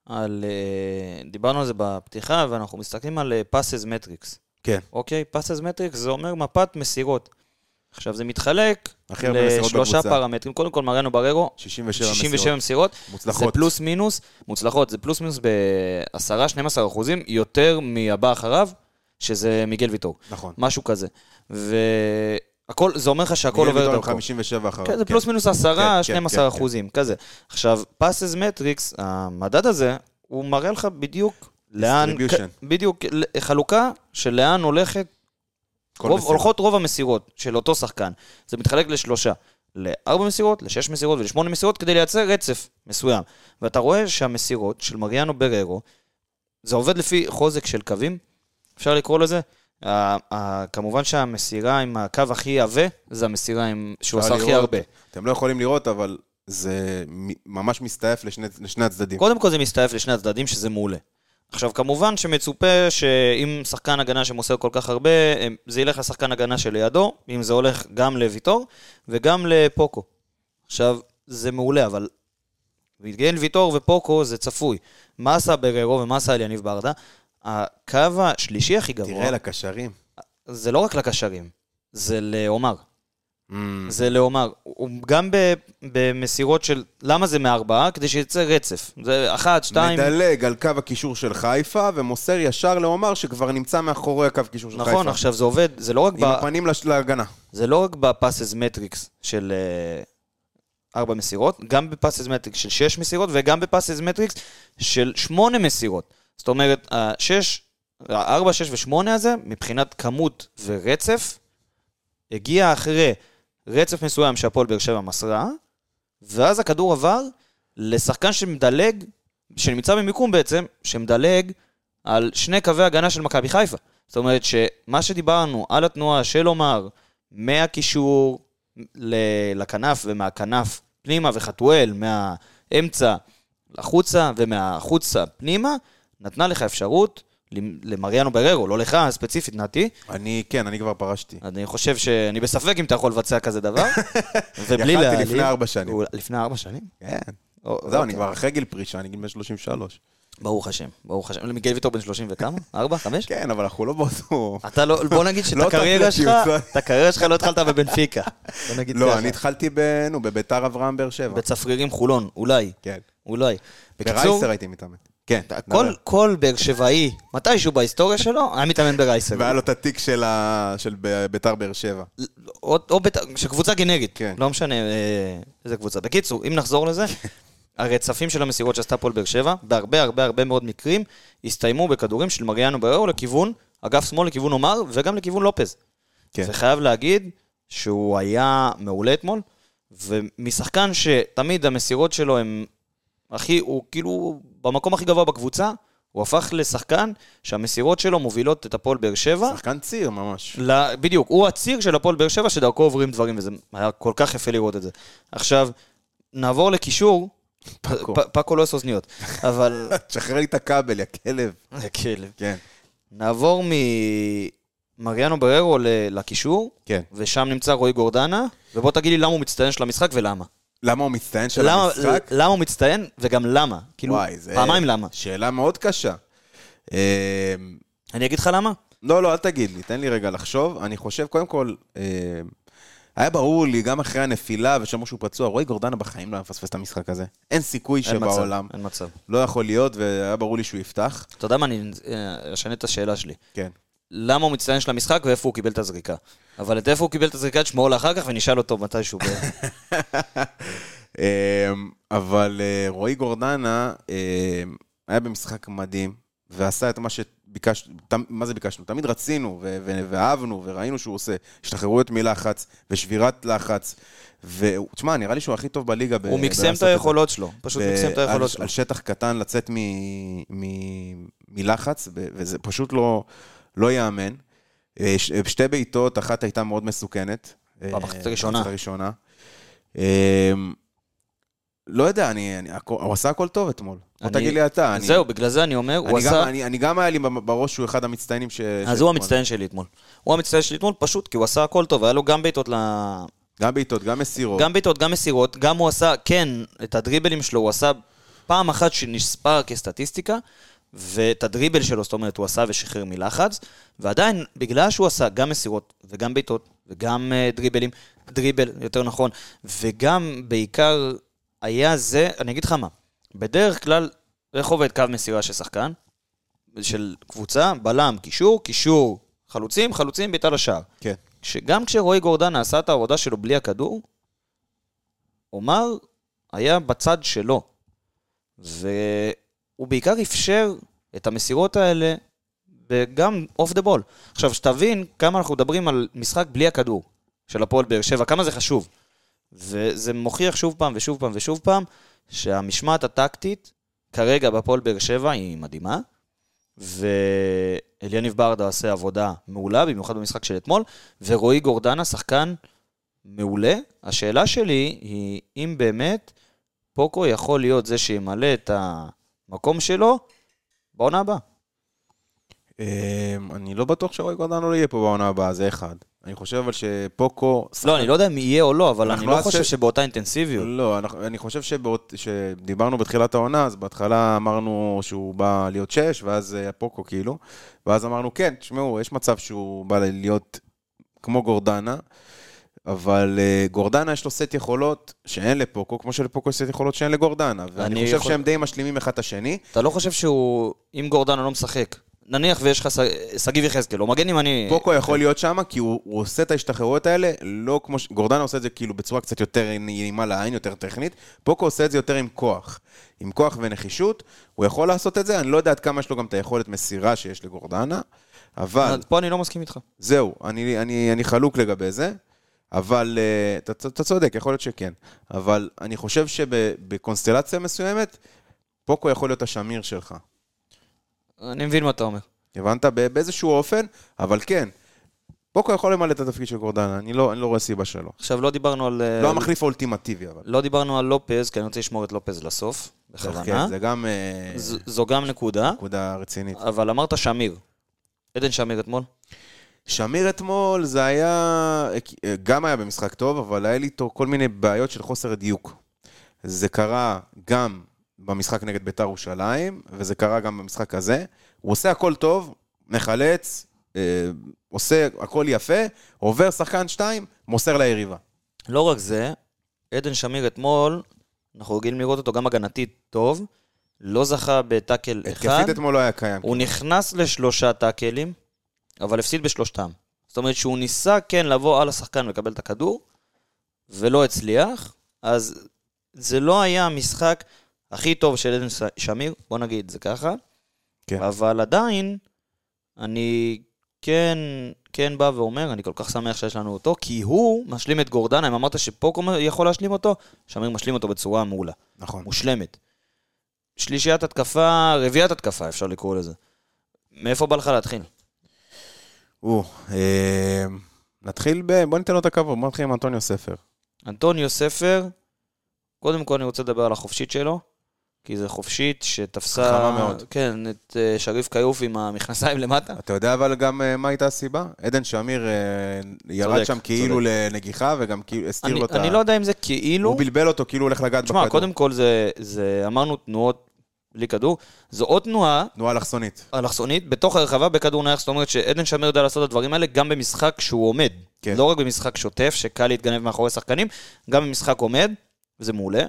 על... אה, דיברנו על זה בפתיחה, ואנחנו מסתכלים על פאסס מטריקס. כן. אוקיי? פאסס מטריקס זה אומר מפת מסירות. עכשיו, זה מתחלק הכי הרבה מסירות לשלושה בקבוצה. פרמטרים. קודם כל, מריאנו בררו, 67 67 מסירות. מסירות. מוצלחות. זה פלוס מינוס, מוצלחות, זה פלוס מינוס ב-10-12 אחוזים, יותר מהבא אחריו, שזה מיגל ויטור. נכון. משהו כזה. והכל, זה אומר לך שהכל מיגל עובר ויטור עם דרכו. 57 אחריו. כן, זה פלוס מינוס 10, כן, 12 כן, אחוזים, כזה. עכשיו, פאסס מטריקס, המדד הזה, הוא מראה לך בדיוק לאן... Distribution. כ- בדיוק, ל- חלוקה של לאן הולכת, כל רוב, מסירה. הולכות רוב המסירות של אותו שחקן. זה מתחלק לשלושה. לארבע מסירות, לשש מסירות ולשמונה מסירות, כדי לייצר רצף מסוים. ואתה רואה שהמסירות של מריאנו בררו, זה עובד לפי חוזק של קווים, אפשר לקרוא לזה. ה- ה- כמובן שהמסירה עם הקו הכי עבה, זה המסירה עם... שהוא אפשר עשה הכי לראות. הרבה. אתם לא יכולים לראות, אבל זה מ- ממש מסתעף לשני, לשני הצדדים. קודם כל זה מסתעף לשני הצדדים, שזה מעולה. עכשיו, כמובן שמצופה שאם שחקן הגנה שמוסר כל כך הרבה, הם- זה ילך לשחקן הגנה שלידו, אם זה הולך גם לוויטור וגם לפוקו. עכשיו, זה מעולה, אבל ויגל ויטור ופוקו זה צפוי. מה עשה בררו ומה עשה אליניב ברדה? הקו השלישי הכי גבוה, תראה לקשרים. זה לא רק לקשרים, זה לעומר. Mm. זה לעומר, הוא גם ב- במסירות של... למה זה מארבעה? כדי שייצא רצף. זה אחת, שתיים, מדלג על קו הקישור של חיפה, ומוסר ישר לעומר שכבר נמצא מאחורי הקו קישור של חיפה. נכון, עכשיו זה עובד, זה לא רק, ב... עם הפנים לש- להגנה. זה לא רק בפאסס מטריקס של אה, ארבע מסירות, גם בפאסס מטריקס של שש מסירות וגם בפאסס מטריקס של שמונה מסירות. זאת אומרת, השש, הארבע, שש ושמונה הזה, מבחינת כמות ורצף, הגיע אחרי רצף מסוים שהפועל באר שבע מסרה, ואז הכדור עבר לשחקן שמדלג, שנמצא במיקום בעצם, שמדלג על שני קווי הגנה של מכבי חיפה. זאת אומרת שמה שדיברנו על התנועה של עומר, מהקישור ל- לכנף ומהכנף פנימה וחתואל, מהאמצע החוצה ומהחוצה פנימה, נתנה לך אפשרות למ- למריאנו בררו, לא לך ספציפית נתי, אני, כן, אני כבר פרשתי. אני חושב שאני בספק אם אתה יכול לבצע כזה דבר. יכלתי לפני ארבע שנים. הוא- לפני ארבע שנים? כן. או- זהו, אוקיי. אני כבר אחרי גיל פרישה, אני גיל בן 33. ברוך השם, ברוך השם. מיגל ויטור בן 30 וכמה? ארבע? חמש? כן, אבל אנחנו לא באותו... אתה לא, בוא נגיד שאת לא הקריירה שלך, תקלטיות, את הקריירה שלך לא התחלת בבנפיקה. בוא נגיד לא, ככה. אני התחלתי ב... נו, בביתר אברהם באר שבע. בצפרירים חולון, אולי. כן. אולי. בקיצור, ברייסר הייתי מתאמן. כן. כל, נדב. כל באר שבעי, מתישהו בהיסטוריה שלו, היה מתאמן ברייסר. והיה לו את התיק של ה- של ב- ביתר באר שבע. או, או בת... שקבוצה גנרית, כן. לא משנה אה, איזה קבוצה. בקיצור, אם נחזור לזה, הרצפים של המסירות שעשתה הפועל באר שבע, בהרבה הרבה הרבה מאוד מקרים, הסתיימו בכדורים של מריאנו בארו לכיוון אגף שמאל, לכיוון עומר וגם לכיוון לופז. כן. וחייב להגיד שהוא היה מעולה אתמול, ומשחקן שתמיד המסירות שלו הם הכי, הוא כאילו במקום הכי גבוה בקבוצה, הוא הפך לשחקן שהמסירות שלו מובילות את הפועל באר שבע. שחקן צעיר ממש. ל... בדיוק, הוא הציר של הפועל באר שבע שדרכו עוברים דברים, וזה היה כל כך יפה לראות את זה. עכשיו, נעבור לקישור. פאקו. פ- פאקו לא עושה אוזניות, אבל... תשחרר לי את הכבל, יא כלב. כלב. כן. נעבור ממריאנו בררו ל- לקישור, כן. ושם נמצא רועי גורדנה, ובוא תגיד לי למה הוא מצטיין של המשחק ולמה. למה הוא מצטיין של למה, המשחק? למה הוא מצטיין וגם למה. כאילו, וואי, זה... פעמיים למה. שאלה מאוד קשה. אה, אני אגיד לך למה. לא, לא, אל תגיד לי, תן לי רגע לחשוב. אני חושב, קודם כל, אה, היה ברור לי, גם אחרי הנפילה, ושאמרו שהוא פצוע, רועי גורדנה בחיים לא היה מפספס את המשחק הזה. אין סיכוי אין מצב, שבעולם. אין מצב. לא יכול להיות, והיה ברור לי שהוא יפתח. אתה יודע מה, אני אה, אשנה את השאלה שלי. כן. למה הוא מצטיין של המשחק ואיפה הוא קיבל את הזריקה. אבל את איפה הוא קיבל את הזריקה תשמעו לאחר כך ונשאל אותו מתישהו. ב- אמ, אבל אה, רועי גורדנה אמ, היה במשחק מדהים, ועשה את מה שביקשנו, תמ- מה זה ביקשנו? תמיד רצינו, ו- ו- ואהבנו, וראינו שהוא עושה השתחררויות מלחץ, ושבירת לחץ. ותשמע, נראה לי שהוא הכי טוב בליגה. ב- הוא מקסם בלעשות את זה. היכולות שלו, פשוט ב- מקסם את היכולות על- שלו. על שטח קטן לצאת מ- מ- מלחץ, ו- וזה פשוט לא לא ייאמן. אה, ש- שתי בעיטות, אחת הייתה מאוד מסוכנת. אה, במחצית הראשונה. במחצית הראשונה. אה, לא יודע, אני, אני, הכ- הוא עשה הכל טוב אתמול. בוא אני- תגיד לי אתה. אני- זהו, בגלל זה אני אומר, אני הוא גם- עשה... אני- אני גם היה לי בראש שהוא אחד המצטיינים ש... אז שאתמול. הוא המצטיין שלי אתמול. הוא המצטיין שלי אתמול פשוט כי הוא עשה הכל טוב, היה לו גם בעיטות ל- גם בעיטות, גם מסירות. גם בעיטות, גם מסירות, גם הוא עשה, כן, את הדריבלים שלו הוא עשה פעם אחת שנספר כסטטיסטיקה, ואת הדריבל שלו, זאת אומרת, הוא עשה ושחרר מלחץ, ועדיין, בגלל שהוא עשה גם מסירות, וגם בעיטות, וגם uh, דריבלים, דריבל, יותר נכון, וגם בעיקר היה זה, אני אגיד לך מה, בדרך כלל, איך עובד קו מסירה של שחקן? של קבוצה, בלם, קישור, קישור, חלוצים, חלוצים, בעיטה לשער. כן. שגם כשרועי גורדנה עשה את העבודה שלו בלי הכדור, עומר היה בצד שלו. והוא בעיקר אפשר את המסירות האלה גם אוף דה בול. עכשיו, שתבין כמה אנחנו מדברים על משחק בלי הכדור של הפועל באר שבע, כמה זה חשוב. וזה מוכיח שוב פעם ושוב פעם ושוב פעם שהמשמעת הטקטית כרגע בהפועל באר שבע היא מדהימה. ואליניב ברדה עושה עבודה מעולה, במיוחד במשחק של אתמול, ורועי גורדנה שחקן מעולה. השאלה שלי היא אם באמת פוקו יכול להיות זה שימלא את המקום שלו בעונה הבאה. אה, אני לא בטוח שרועי גורדנה לא יהיה פה בעונה הבאה, זה אחד. אני חושב אבל שפוקו... לא, אני לא יודע אם יהיה או לא, אבל אנחנו אני לא עד חושב ש- שבאותה אינטנסיביות. לא, אנחנו, אני חושב שבאות, שדיברנו בתחילת העונה, אז בהתחלה אמרנו שהוא בא להיות שש, ואז אה, הפוקו כאילו, ואז אמרנו, כן, תשמעו, יש מצב שהוא בא להיות כמו גורדנה, אבל אה, גורדנה יש לו סט יכולות שאין לפוקו, כמו שלפוקו יש סט יכולות שאין לגורדנה, ואני אני חושב יכול- שהם די משלימים אחד את השני. אתה לא חושב שהוא, אם גורדנה לא משחק, נניח ויש לך ש- שגיב יחזקאל, או מגן ימני... פוקו יכול להיות שם, כי הוא, הוא עושה את ההשתחררויות האלה, לא כמו ש... גורדנה עושה את זה כאילו בצורה קצת יותר נעימה לעין, יותר טכנית. פוקו עושה את זה יותר עם כוח. עם כוח ונחישות, הוא יכול לעשות את זה, אני לא יודע עד כמה יש לו גם את היכולת מסירה שיש לגורדנה, אבל פה אני לא מסכים איתך. זהו, אני, אני, אני חלוק לגבי זה, אבל אה, אתה צ- אתה צודק, יכול להיות שכן. אבל אני חושב שבקונסטלציה מסוימת, פוקו יכול להיות השמיר שלך. אני מבין מה אתה אומר. הבנת? ב- באיזשהו אופן, אבל כן. פוקו יכול למלא את התפקיד של גורדנה, אני לא, אני לא רואה סיבה שלא. עכשיו, לא דיברנו על... לא המחליף האולטימטיבי, אבל. לא דיברנו על לופז, כי אני רוצה לשמור את לופז לסוף, בכוונה. כן, זה גם אה, ז- זו גם נקודה, נקודה רצינית. אבל אמרת שמיר. עדן שמיר אתמול? שמיר אתמול זה היה, אה, גם היה במשחק טוב, אבל היה לי איתו כל מיני בעיות של חוסר דיוק. זה קרה גם במשחק נגד ביתר ירושלים, וזה קרה גם במשחק הזה. הוא עושה הכל טוב, מחלץ, אה, עושה הכל יפה, עובר שחקן שתיים, מוסר ליריבה. לא רק זה, עדן שמיר אתמול, אנחנו רגילים לראות אותו גם הגנתית טוב, לא זכה בטאקל אחד. התקפית אתמול לא היה קיים. הוא נכנס לשלושה טאקלים, אבל הפסיד בשלושתם. זאת אומרת שהוא ניסה כן לבוא על השחקן ולקבל את הכדור, ולא הצליח, אז זה לא היה המשחק הכי טוב של עדן ש- שמיר, בוא נגיד את זה ככה. כן. אבל עדיין, אני כן, כן בא ואומר, אני כל כך שמח שיש לנו אותו, כי הוא משלים את גורדנה, אם אמרת שפוקו יכול להשלים אותו, שמיר משלים אותו בצורה מעולה. נכון. מושלמת. שלישיית התקפה, רביעיית התקפה, אפשר לקרוא לזה. מאיפה בא לך להתחיל? הוא, אה, נתחיל ב... בוא ניתן לו את הכבוד, בוא נתחיל עם אנטוניו ספר. אנטוניו ספר, קודם כל אני רוצה לדבר על החופשית שלו, כי זו חופשית שתפסה... חכמה מאוד. כן, את אה, שריף כיוף עם המכנסיים למטה. אתה יודע אבל גם אה, מה הייתה הסיבה? עדן שמיר אה, ירד שם כאילו צודק. לנגיחה וגם כאילו הסתיר אני, לו את ה... אני לא יודע אם זה כאילו... הוא בלבל אותו כאילו הוא הולך לגעת בכדור. תשמע, קודם כל זה, זה... אמרנו תנועות בלי כדור. זו עוד תנועה תנועה אלכסונית. אלכסונית בתוך הרחבה בכדור נייח, זאת אומרת שעדן שמיר יודע לעשות את הדברים האלה גם במשחק שהוא עומד. כן. כן. לא רק במשחק שוטף, שקל להתגנב מאחורי שחקנים, גם במשחק עומד, וזה מעולה.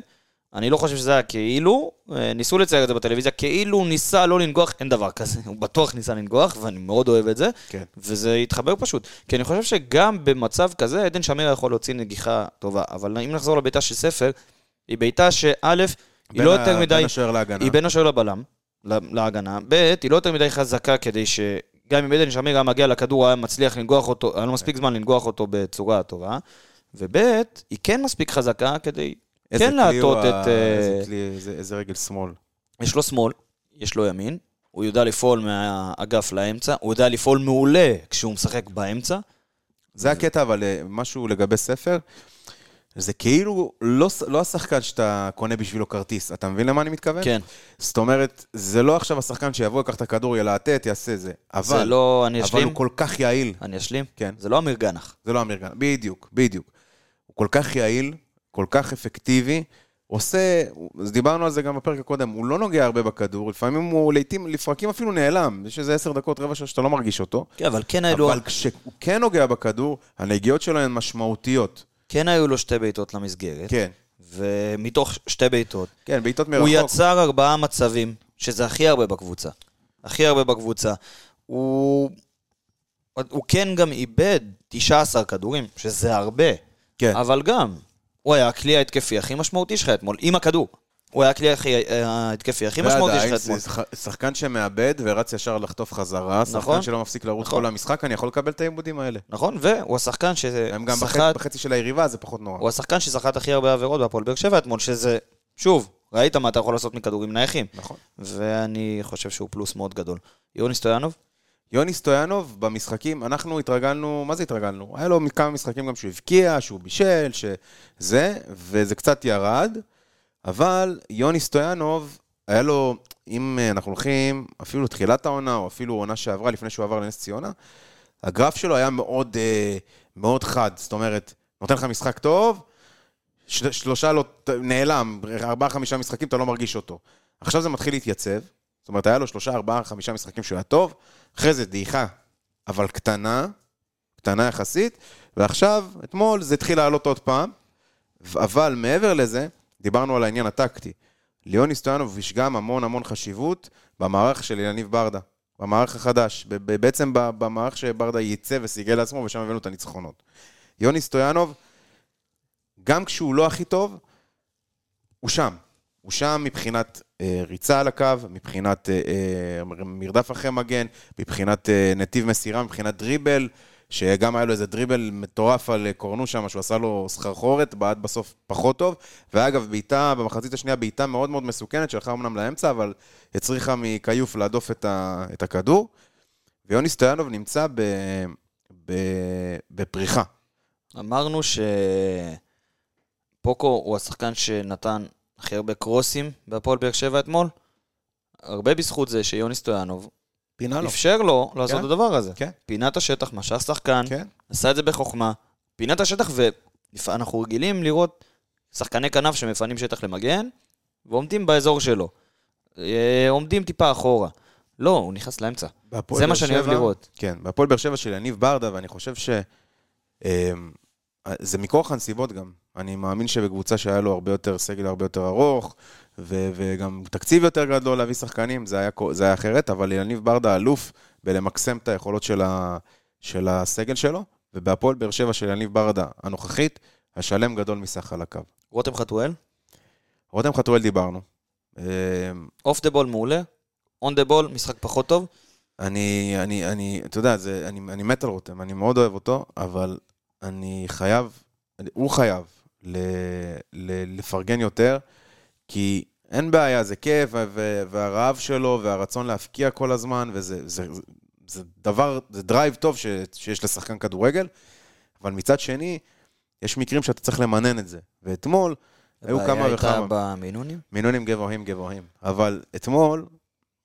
אני לא חושב שזה היה כאילו, אה, ניסו לצייר את זה בטלוויזיה, כאילו הוא ניסה לא לנגוח, אין דבר כזה, הוא בטוח ניסה לנגוח, ואני מאוד אוהב את זה, כן. וזה התחבר פשוט. כי אני חושב שגם במצב כזה, עדן שמיר יכול להוציא נגיחה טובה, אבל אם נחזור לביתה של ספר, היא ביתה שא', היא בין לא ה- יותר מדי... בין השוער להגנה. היא בין השוער לבלם, ל- להגנה. ב', היא לא יותר מדי חזקה כדי שגם אם עדן שמיר היה מגיע לכדור, היה מצליח לנגוח אותו, כן. היה לו מספיק זמן לנגוח אותו בצורה טובה. וב', היא כן מספיק חזקה כדי איזה כן כלי הוא להטות ה- את... אה, איזה כלי, איזה- איזה רגל שמאל. יש לו שמאל, יש לו ימין, הוא יודע לפעול מהאגף לאמצע, הוא יודע לפעול מעולה כשהוא משחק באמצע. זה הקטע, אבל אה, משהו לגבי ספר, זה כאילו לא, ס- לא השחקן שאתה קונה בשבילו כרטיס. אתה מבין למה אני מתכוון? כן. זאת אומרת, זה לא עכשיו השחקן שיבוא, ייקח את הכדור, ילהטט, יעשה זה. אבל, זה לא... אני אבל אשלים? הוא כל כך יעיל. אני אשלים? כן. זה לא אמיר גנח. זה לא אמיר גנח, בדיוק, בדיוק. הוא כל כך יעיל, כל כך אפקטיבי, עושה, אז דיברנו על זה גם בפרק הקודם, הוא לא נוגע הרבה בכדור, לפעמים הוא, לעיתים, לפרקים אפילו נעלם, יש איזה עשר דקות, רבע שעה שאתה לא מרגיש אותו, כן, אבל כן היו לו- אבל כשהוא כן נוגע בכדור, הנגיעות שלו הן משמעותיות. כן היו לו שתי בעיטות למסגרת. כן, ומתוך שתי בעיטות, כן, בעיטות הוא מרחוק. יצר ארבעה מצבים, שזה הכי הרבה בקבוצה. הכי הרבה בקבוצה. הוא, הוא כן גם איבד 19 כדורים, שזה הרבה. כן. אבל גם, הוא היה הכלי ההתקפי הכי משמעותי שלך אתמול, עם הכדור. הוא היה הכלי הכי- ההתקפי הכי משמעותי ועדיין, שלך אתמול. זה שח- שחקן שמאבד ורץ ישר לחטוף חזרה, שחקן נכון. שלא מפסיק לרוץ נכון. כל המשחק, אני יכול לקבל את העיבודים האלה. נכון? והוא השחקן הם גם בחצי- שסחט, בחצי של היריבה, זה פחות נורא. הוא השחקן שסחט הכי הרבה עבירות בהפועל באר שבע אתמול, שזה, שוב, ראית מה אתה יכול לעשות מכדורים נייחים. נכון. ואני חושב שהוא פלוס מאוד גדול. יוני סטויאנוב? יוני סטויאנוב במשחקים, אנחנו התרגלנו, מה זה התרגלנו? היה לו כמה משחקים גם שהוא הבקיע, שהוא בישל, שזה, וזה קצת ירד, אבל יוני סטויאנוב, היה לו, אם אה, אנחנו הולכים, אפילו תחילת העונה, או אפילו עונה שעברה, לפני שהוא עבר לנס ציונה, הגרף שלו היה מאוד, אה, מאוד חד, זאת אומרת, נותן לך משחק טוב, של, שלושה לא, ת- נעלם, ארבעה, חמישה משחקים, אתה לא מרגיש אותו. עכשיו זה מתחיל להתייצב, זאת אומרת, היה לו שלושה, ארבעה, חמישה משחקים שהוא היה טוב, אחרי זה דעיכה, אבל קטנה, קטנה יחסית, ועכשיו, אתמול זה התחיל לעלות עוד פעם, ו- אבל מעבר לזה, דיברנו על העניין הטקטי. ליוני סטויאנוב יש גם המון המון חשיבות במערך של יניב ברדה, במערך החדש, ב- ב- בעצם ב- במערך שברדה ייצא וסיגל לעצמו, ושם הבאנו את הניצחונות. יוני סטויאנוב, גם כשהוא לא הכי טוב, הוא שם. הוא שם מבחינת אה, ריצה על הקו, מבחינת אה, אה, מר- מרדף אחרי מגן, מבחינת אה, נתיב מסירה, מבחינת דריבל, שגם היה לו איזה דריבל מטורף על אה, קורנו שם, שהוא עשה לו סחרחורת, בעט בסוף פחות טוב. ואגב, בעיטה, במחצית השנייה בעיטה מאוד מאוד מסוכנת, שהלכה אמנם לאמצע, אבל הצריכה מכיוף להדוף את, ה, את הכדור. ויוני סטויאנוב נמצא ב, ב, בפריחה. אמרנו שפוקו הוא השחקן שנתן הכי הרבה קרוסים בהפועל באר שבע אתמול. הרבה בזכות זה שיוני סטויאנוב פינה אפשר לו לעשות כן. את הדבר הזה. כן. פינה את השטח, משך שחקן, כן, עשה את זה בחוכמה. פינה את השטח, ואנחנו רגילים לראות שחקני כנף שמפנים שטח למגן, ועומדים באזור שלו. אה, עומדים טיפה אחורה. לא, הוא נכנס לאמצע. בהפועל זה מה באר שאני אוהב שבע- לראות. כן, בהפועל באר שבע של יניב ברדה, ואני חושב ש... אמ, זה אה, מכורח הנסיבות גם. אני מאמין שבקבוצה שהיה לו הרבה יותר, סגל הרבה יותר ארוך, ו- וגם תקציב יותר גדול לא להביא שחקנים, זה היה, קו- זה היה אחרת, אבל יניב ברדה אלוף בלמקסם את היכולות של, ה- של הסגל שלו, ובהפועל באר שבע של יניב ברדה הנוכחית, השלם גדול מסך על הקו. רותם חתואל, רותם חתואל דיברנו. אה, אוף דה בול מעולה, און דה בול, משחק פחות טוב. אני, אני, אני, אתה יודע, זה, אני, אני מת על רותם, אני מאוד אוהב אותו, אבל אני חייב, הוא חייב ל, ל, לפרגן יותר, כי אין בעיה, זה כיף, ו- ו- והרעב שלו, והרצון להפקיע כל הזמן, וזה זה, זה, זה דבר, זה דרייב טוב ש, שיש לשחקן כדורגל, אבל מצד שני, יש מקרים שאתה צריך למנן את זה. ואתמול, היו הבעיה כמה הייתה וכמה. במינונים. מינונים גבוהים גבוהים. אבל אתמול,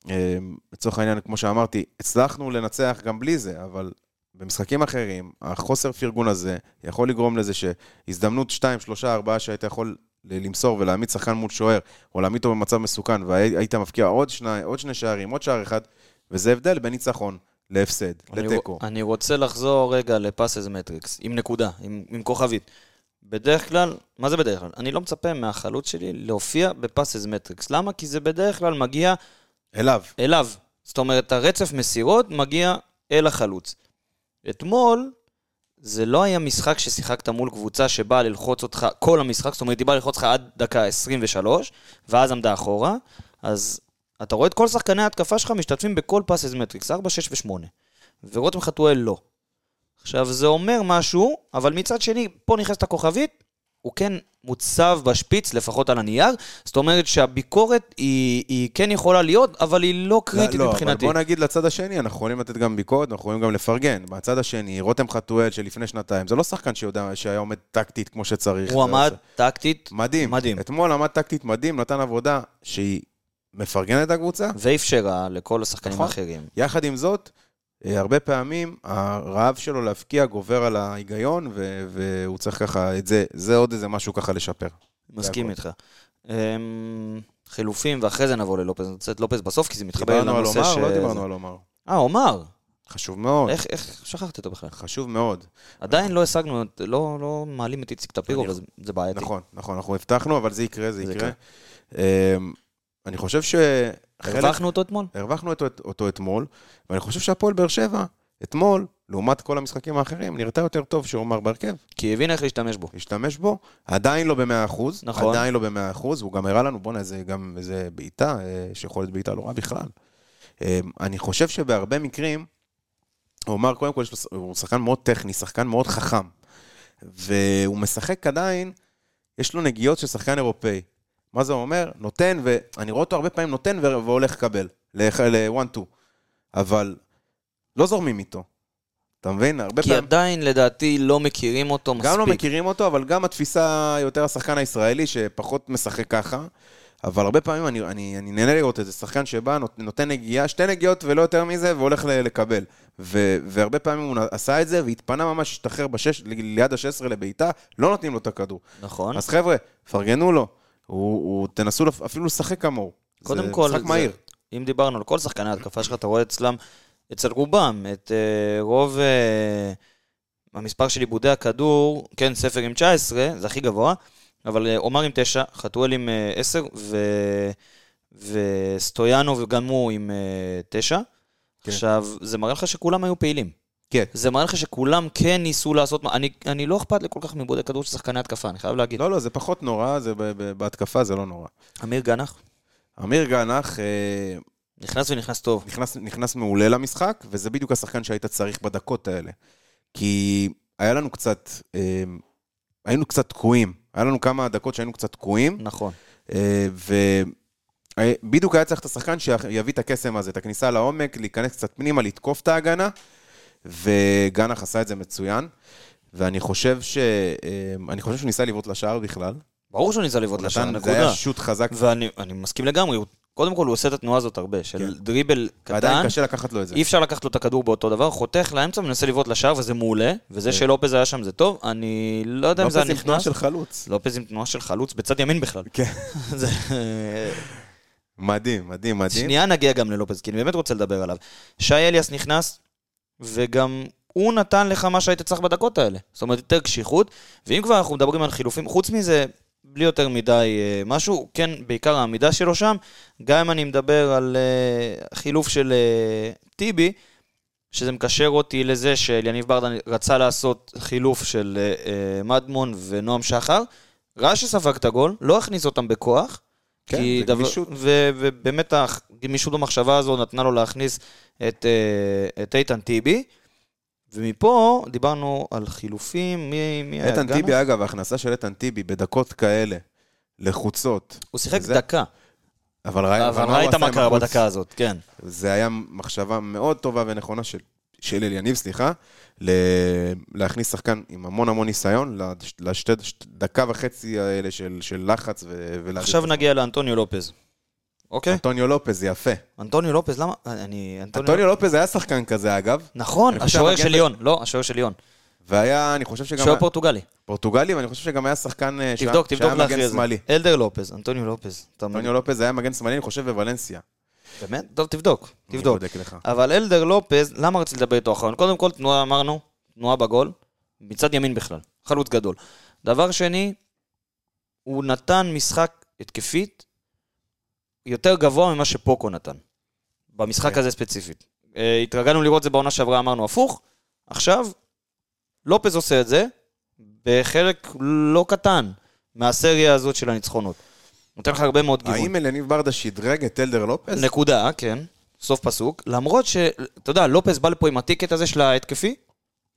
אה, לצורך העניין, כמו שאמרתי, הצלחנו לנצח גם בלי זה, אבל במשחקים אחרים, החוסר פרגון הזה יכול לגרום לזה שהזדמנות 2, 3, 4 שהיית יכול ל- למסור ולהעמיד שחקן מול שוער, או להעמיד אותו במצב מסוכן, והיית מבקיע עוד שני, עוד שני שערים, עוד שער אחד, וזה הבדל בין ניצחון להפסד, אני לתיקו. רוצ- אני רוצה לחזור רגע לפאסס מטריקס, עם נקודה, עם, עם כוכבית. בדרך כלל, מה זה בדרך כלל? אני לא מצפה מהחלוץ שלי להופיע בפאסס מטריקס. למה? כי זה בדרך כלל מגיע אליו, אליו. זאת אומרת, הרצף מסירות מגיע אל החלוץ. אתמול, זה לא היה משחק ששיחקת מול קבוצה שבאה ללחוץ אותך כל המשחק, זאת אומרת, היא באה ללחוץ אותך עד דקה 23, ואז עמדה אחורה, אז אתה רואה את כל שחקני ההתקפה שלך משתתפים בכל פאסס מטריקס, 4, 6 ו-8. ורותם חתואל לא. עכשיו, זה אומר משהו, אבל מצד שני, פה נכנסת הכוכבית, הוא כן מוצב בשפיץ, לפחות על הנייר, זאת אומרת שהביקורת היא, היא כן יכולה להיות, אבל היא לא קריטית לא, מבחינתי. אבל בוא נגיד לצד השני, אנחנו יכולים לתת גם ביקורת, אנחנו יכולים גם לפרגן. מהצד השני, רותם חתואל שלפני שנתיים, זה לא שחקן שיודע, שהיה עומד טקטית כמו שצריך. הוא זה- עמד זה- טקטית מדהים. מדהים. אתמול עמד טקטית מדהים, נתן עבודה שהיא מפרגנת את הקבוצה. ואפשרה לכל השחקנים נכון. האחרים. יחד עם זאת, אה, הרבה פעמים הרעב שלו להפקיע גובר על ההיגיון, ו- והוא צריך ככה, את זה, זה עוד איזה משהו ככה לשפר. מסכים הכל. איתך. אמ, חילופים, ואחרי זה נבוא ללופז. אני רוצה את לופז בסוף, כי זה מתחבר דיברנו על לנושא עומר, ש... לא דיברנו על עומר. אה, עומר. חשוב מאוד, איך- איך שכחתי אותו בכלל? חשוב מאוד. עדיין לא השגנו, את- לא לא מעלים את איציק טפירו, אני- וזה זה בעייתי. נכון, נכון, אנחנו הבטחנו, אבל זה יקרה, זה זה יקרה. אמ, אני חושב שחלק... הרווחנו אותו אתמול? הרווחנו אותו, אותו אתמול, ואני חושב שהפועל באר שבע, אתמול, לעומת כל המשחקים האחרים, נראתה יותר טוב שעומר בהרכב, כי היא הבינה איך להשתמש בו. השתמש בו, עדיין לא ב-100%, נכון. עדיין לא ב-100%, הוא גם הראה לנו, בואנה, איזה גם איזה בעיטה, אה, שיכולת בעיטה לא רע בכלל. אה, אני חושב שבהרבה מקרים, עומר, קודם כל, יש לו ש- הוא שחקן מאוד טכני, שחקן מאוד חכם, והוא משחק עדיין, יש לו נגיעות של שחקן אירופאי. מה זה אומר? נותן, ואני רואה אותו הרבה פעמים נותן ו- והולך לקבל, ל-one-two. אבל לא זורמים איתו. אתה מבין? הרבה כי פעמים... עדיין, לדעתי, לא מכירים אותו מספיק. גם לא מכירים אותו, אבל גם התפיסה יותר השחקן הישראלי, שפחות משחק ככה. אבל הרבה פעמים אני, אני, אני נהנה לראות את זה, שחקן שבא, נות- נותן נגיעה, שתי נגיעות ולא יותר מזה, והולך ל- לקבל. ו, והרבה פעמים הוא נ- עשה את זה, והתפנה ממש, השתחרר בשש, ל- ליד ה-16 לבעיטה, לא נותנים לו את הכדור. נכון. אז חבר'ה, פרגנו לו. הוא, הוא, תנסו לפ- אפילו לשחק כמוהו. קודם זה כל, משחק זה- מהיר. אם דיברנו על כל שחקני ההתקפה שלך, אתה רואה אצלם, אצל רובם, את אה, רוב אה, המספר של עיבודי הכדור, כן, ספר עם 19, זה הכי גבוה, אבל אה, עומר עם 9, חתואל עם אה, 10, ו... וסטויאנו וגם הוא עם 9. כן. עכשיו, זה מראה לך שכולם היו פעילים. כן. זה מראה לך שכולם כן ניסו לעשות... מה- אני, אני לא אכפת לי כל כך מעיבודי כדור של שחקני התקפה, אני חייב להגיד. לא, לא, זה פחות נורא, זה ב- ב- בהתקפה זה לא נורא. אמיר גנח אמיר גנח, אה, נכנס ונכנס טוב. נכנס, נכנס מעולה למשחק, וזה בדיוק השחקן שהיית צריך בדקות האלה. כי היה לנו קצת, אה, היינו קצת תקועים. היה לנו כמה דקות שהיינו קצת תקועים, נכון. אה, ובדיוק היה צריך את השחקן שיביא את הקסם הזה, את הכניסה לעומק, להיכנס קצת פנימה, לתקוף את ההגנה, וגנח עשה את זה מצוין. ואני חושב ש... אה, אני חושב שהוא ניסה לבעוט לשער בכלל. ברור שהוא ניסה לבעוט הוא לשער, נתן- נקודה. זה היה שוט חזק, ואני אני מסכים לגמרי, הוא- קודם כל הוא עושה את התנועה הזאת הרבה, של כן. דריבל קטן, ועדיין קשה לקחת לו את זה. אי אפשר לקחת לו את הכדור באותו דבר, חותך לאמצע, מנסה לבעוט לשער, וזה מעולה, וזה כן. שלופז היה שם זה טוב, אני לא יודע אם זה לופס היה עם תנועה נכנס. של חלוץ. לופז עם תנועה של חלוץ בצד ימין בכלל. כן. זה- מדהים, מדהים, מדהים. שנייה נגיע גם ללופז, כי אני באמת רוצה לדבר עליו. שי אליאס נכנס, וגם הוא נתן לך מה שהיית צריך בדקות האלה. זאת אומרת, יותר קשיחות, ואם כבר אנחנו מדברים על חילופים, חוץ מזה, בלי יותר מדי אה, משהו, כן, בעיקר העמידה שלו שם, גם אם אני מדבר על אה, חילוף של אה, טיבי, שזה מקשר אותי לזה שאליניב ברדן רצה לעשות חילוף של אה, אה, מדמון ונועם שחר, ראה שספג את הגול, לא הכניס אותם בכוח. כן, כי זה גמישות. ו- ובאמת הגמישות במחשבה הזו נתנה לו להכניס את, אה, את איתן טיבי. ומפה דיברנו על חילופים, מי, מי היה? איתן גנה? טיבי, אגב, ההכנסה של איתן טיבי בדקות כאלה לחוצות, הוא שיחק זה- אה, דקה, אבל ראי- אבל הוא ראית עשה מה עם אה, קרה החוץ? בדקה הזאת, כן. זה היה מחשבה מאוד טובה ונכונה של, של אליניב, סליחה, ל... להכניס שחקן עם המון המון ניסיון לש- לשתי שת- דקה וחצי האלה של, של לחץ ו... ולהעביר את עכשיו הזמן. נגיע לאנטוניו לופז. אוקיי? אנטוניו לופז, יפה. אנטוניו לופז, למה? אני... אנטוניו לופז היה שחקן כזה, אגב, נכון, אני חושב השוער שהמגן של ב- ליון, לא, השוער של ליון. והיה, אני חושב שגם... שוער פורטוגלי. פורטוגלי, ואני חושב שגם היה שחקן אה, שהיה- תבדוק, תבדוק שהיה לאחרי מגן זה. שמאלי. אלדר לופז, אנטוניו לופז. אתה אנטוניו לופז היה מגן שמאלי, אני חושב, בוולנסיה. באמת? טוב, תבדוק, אני תבדוק. בודק לך. אבל אלדר לופז, למה רציתי לדבר איתו אחרון? קודם כל, תנועה אמרנו, תנועה בגול, מצד ימין בכלל, חלוץ גדול. דבר שני, הוא נתן משחק התקפית יותר גבוה ממה שפוקו נתן, במשחק כן. הזה ספציפית. אה, התרגלנו לראות את זה בעונה שעברה, אמרנו הפוך, עכשיו לופז עושה את זה בחלק לא קטן מהסריה הזאת של הניצחונות. נותן לך הרבה מאוד גיוון. האם אלניב ברדה שדרג את אלדר לופז? נקודה, כן. סוף פסוק. למרות ש... אתה יודע, לופס בא לפה עם הטיקט הזה של ההתקפי,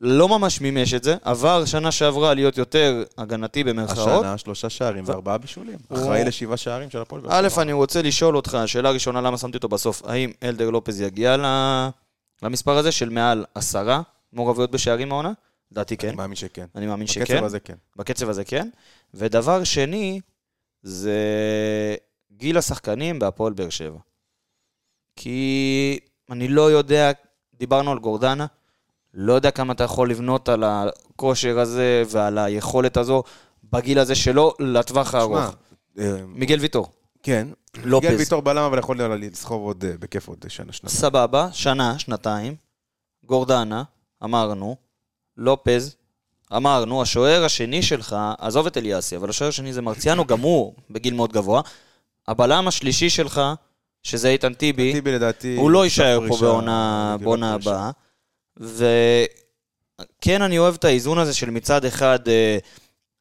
לא ממש מימש את זה, עבר שנה שעברה להיות יותר הגנתי במרכאות. השנה שלושה שערים וארבעה בישולים. הוא- אחראי לשבעה שערים של הפועל. באר א', שבע. אני רוצה לשאול אותך, השאלה הראשונה, למה שמתי אותו בסוף, האם אלדר לופז יגיע ל- למספר הזה של מעל עשרה מעורבויות בשערים העונה? לדעתי כן. אני מאמין שכן. אני מאמין שכן. בקצב הזה כן. בקצב הזה כן. ודבר שני, זה גיל השחקנים בהפועל באר שבע. כי אני לא יודע, דיברנו על גורדנה, לא יודע כמה אתה יכול לבנות על הכושר הזה ועל היכולת הזו בגיל הזה שלו לטווח שמע, הארוך. אה, מיגל ויטור, כן. לופז. מיגל ויטור בלם, אבל יכול לה- לסחוב עוד, אה, בכיף עוד שנה, שנתיים. סבבה, שנה, שנתיים, גורדנה, אמרנו, לופז, אמרנו, השוער השני שלך, עזוב את אליאסי, אבל השוער השני זה מרציאנו, גם הוא בגיל מאוד גבוה. הבלם השלישי שלך, שזה איתן טיבי, טיבי לדעתי... הוא לא יישאר פה פרישה, בעונה בגיל בעונה הפרישה. הבאה. וכן, אני אוהב את האיזון הזה של מצד אחד אה,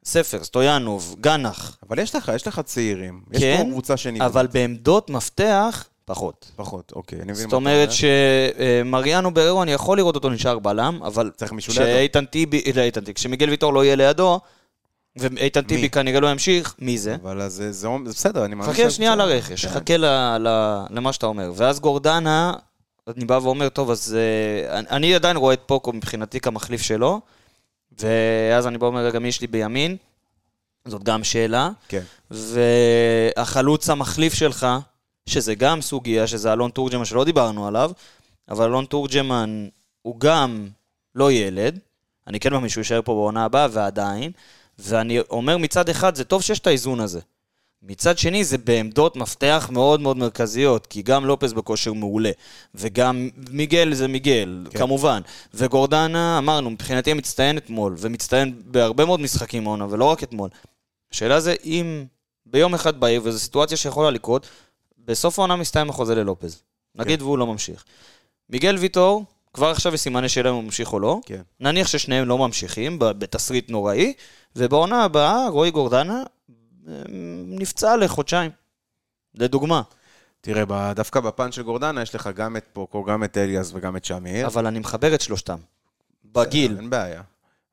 ספר, סטויאנוב, גנח, אבל יש לך, יש לך צעירים. יש כן, פה קבוצה שנבנית. אבל בעמדות מפתח, פחות. פחות, אוקיי. אני מבין מה זאת אתה אומרת אומר. שמריאנו בררו, אני יכול לראות אותו נשאר בלם, אבל צריך מישהו לידו. כשאיתן טיבי, לא איתן טיבי, כשמיגל ויטור לא יהיה לידו, ואיתן טיבי כנראה לא ימשיך, מי זה? אבל אז זה- זה זה בסדר, אני מאמין... חכה שזה שנייה בסדר. לרכש, כן. חכה ל- ל- למה שאתה אומר. ואז גורדנה, אני בא ואומר, טוב, אז אה, אני- אני עדיין רואה את פוקו מבחינתי כמחליף שלו, ואז אני בא ואומר, רגע, מי יש לי בימין? זאת גם שאלה. כן. והחלוץ המחליף שלך, שזה גם סוגיה, שזה אלון תורג'מן שלא דיברנו עליו, אבל אלון תורג'מן הוא גם לא ילד, אני כן מאמין שהוא יישאר פה בעונה הבאה, ועדיין, ואני אומר מצד אחד, זה טוב שיש את האיזון הזה. מצד שני, זה בעמדות מפתח מאוד מאוד מרכזיות, כי גם לופס בכושר מעולה, וגם מיגל זה מיגל, כן. כמובן. וגורדנה, אמרנו, מבחינתי מצטיין אתמול, ומצטיין בהרבה מאוד משחקים העונה, ולא רק אתמול. השאלה זה אם ביום אחד בעיר, וזו סיטואציה שיכולה לקרות, בסוף העונה מסתיים החוזה ללופז. נגיד כן. והוא לא ממשיך. מיגל ויטור, כבר עכשיו יש סימני שאלה אם הוא ממשיך או לא. כן. נניח ששניהם לא ממשיכים ב- בתסריט נוראי, ובעונה הבאה רועי גורדנה אה, נפצע לחודשיים. לדוגמה. תראה, ב- דווקא בפן של גורדנה יש לך גם את פוקו, גם את אליאס וגם את שמיר. אבל אני מחבר את שלושתם. בגיל. אין בעיה.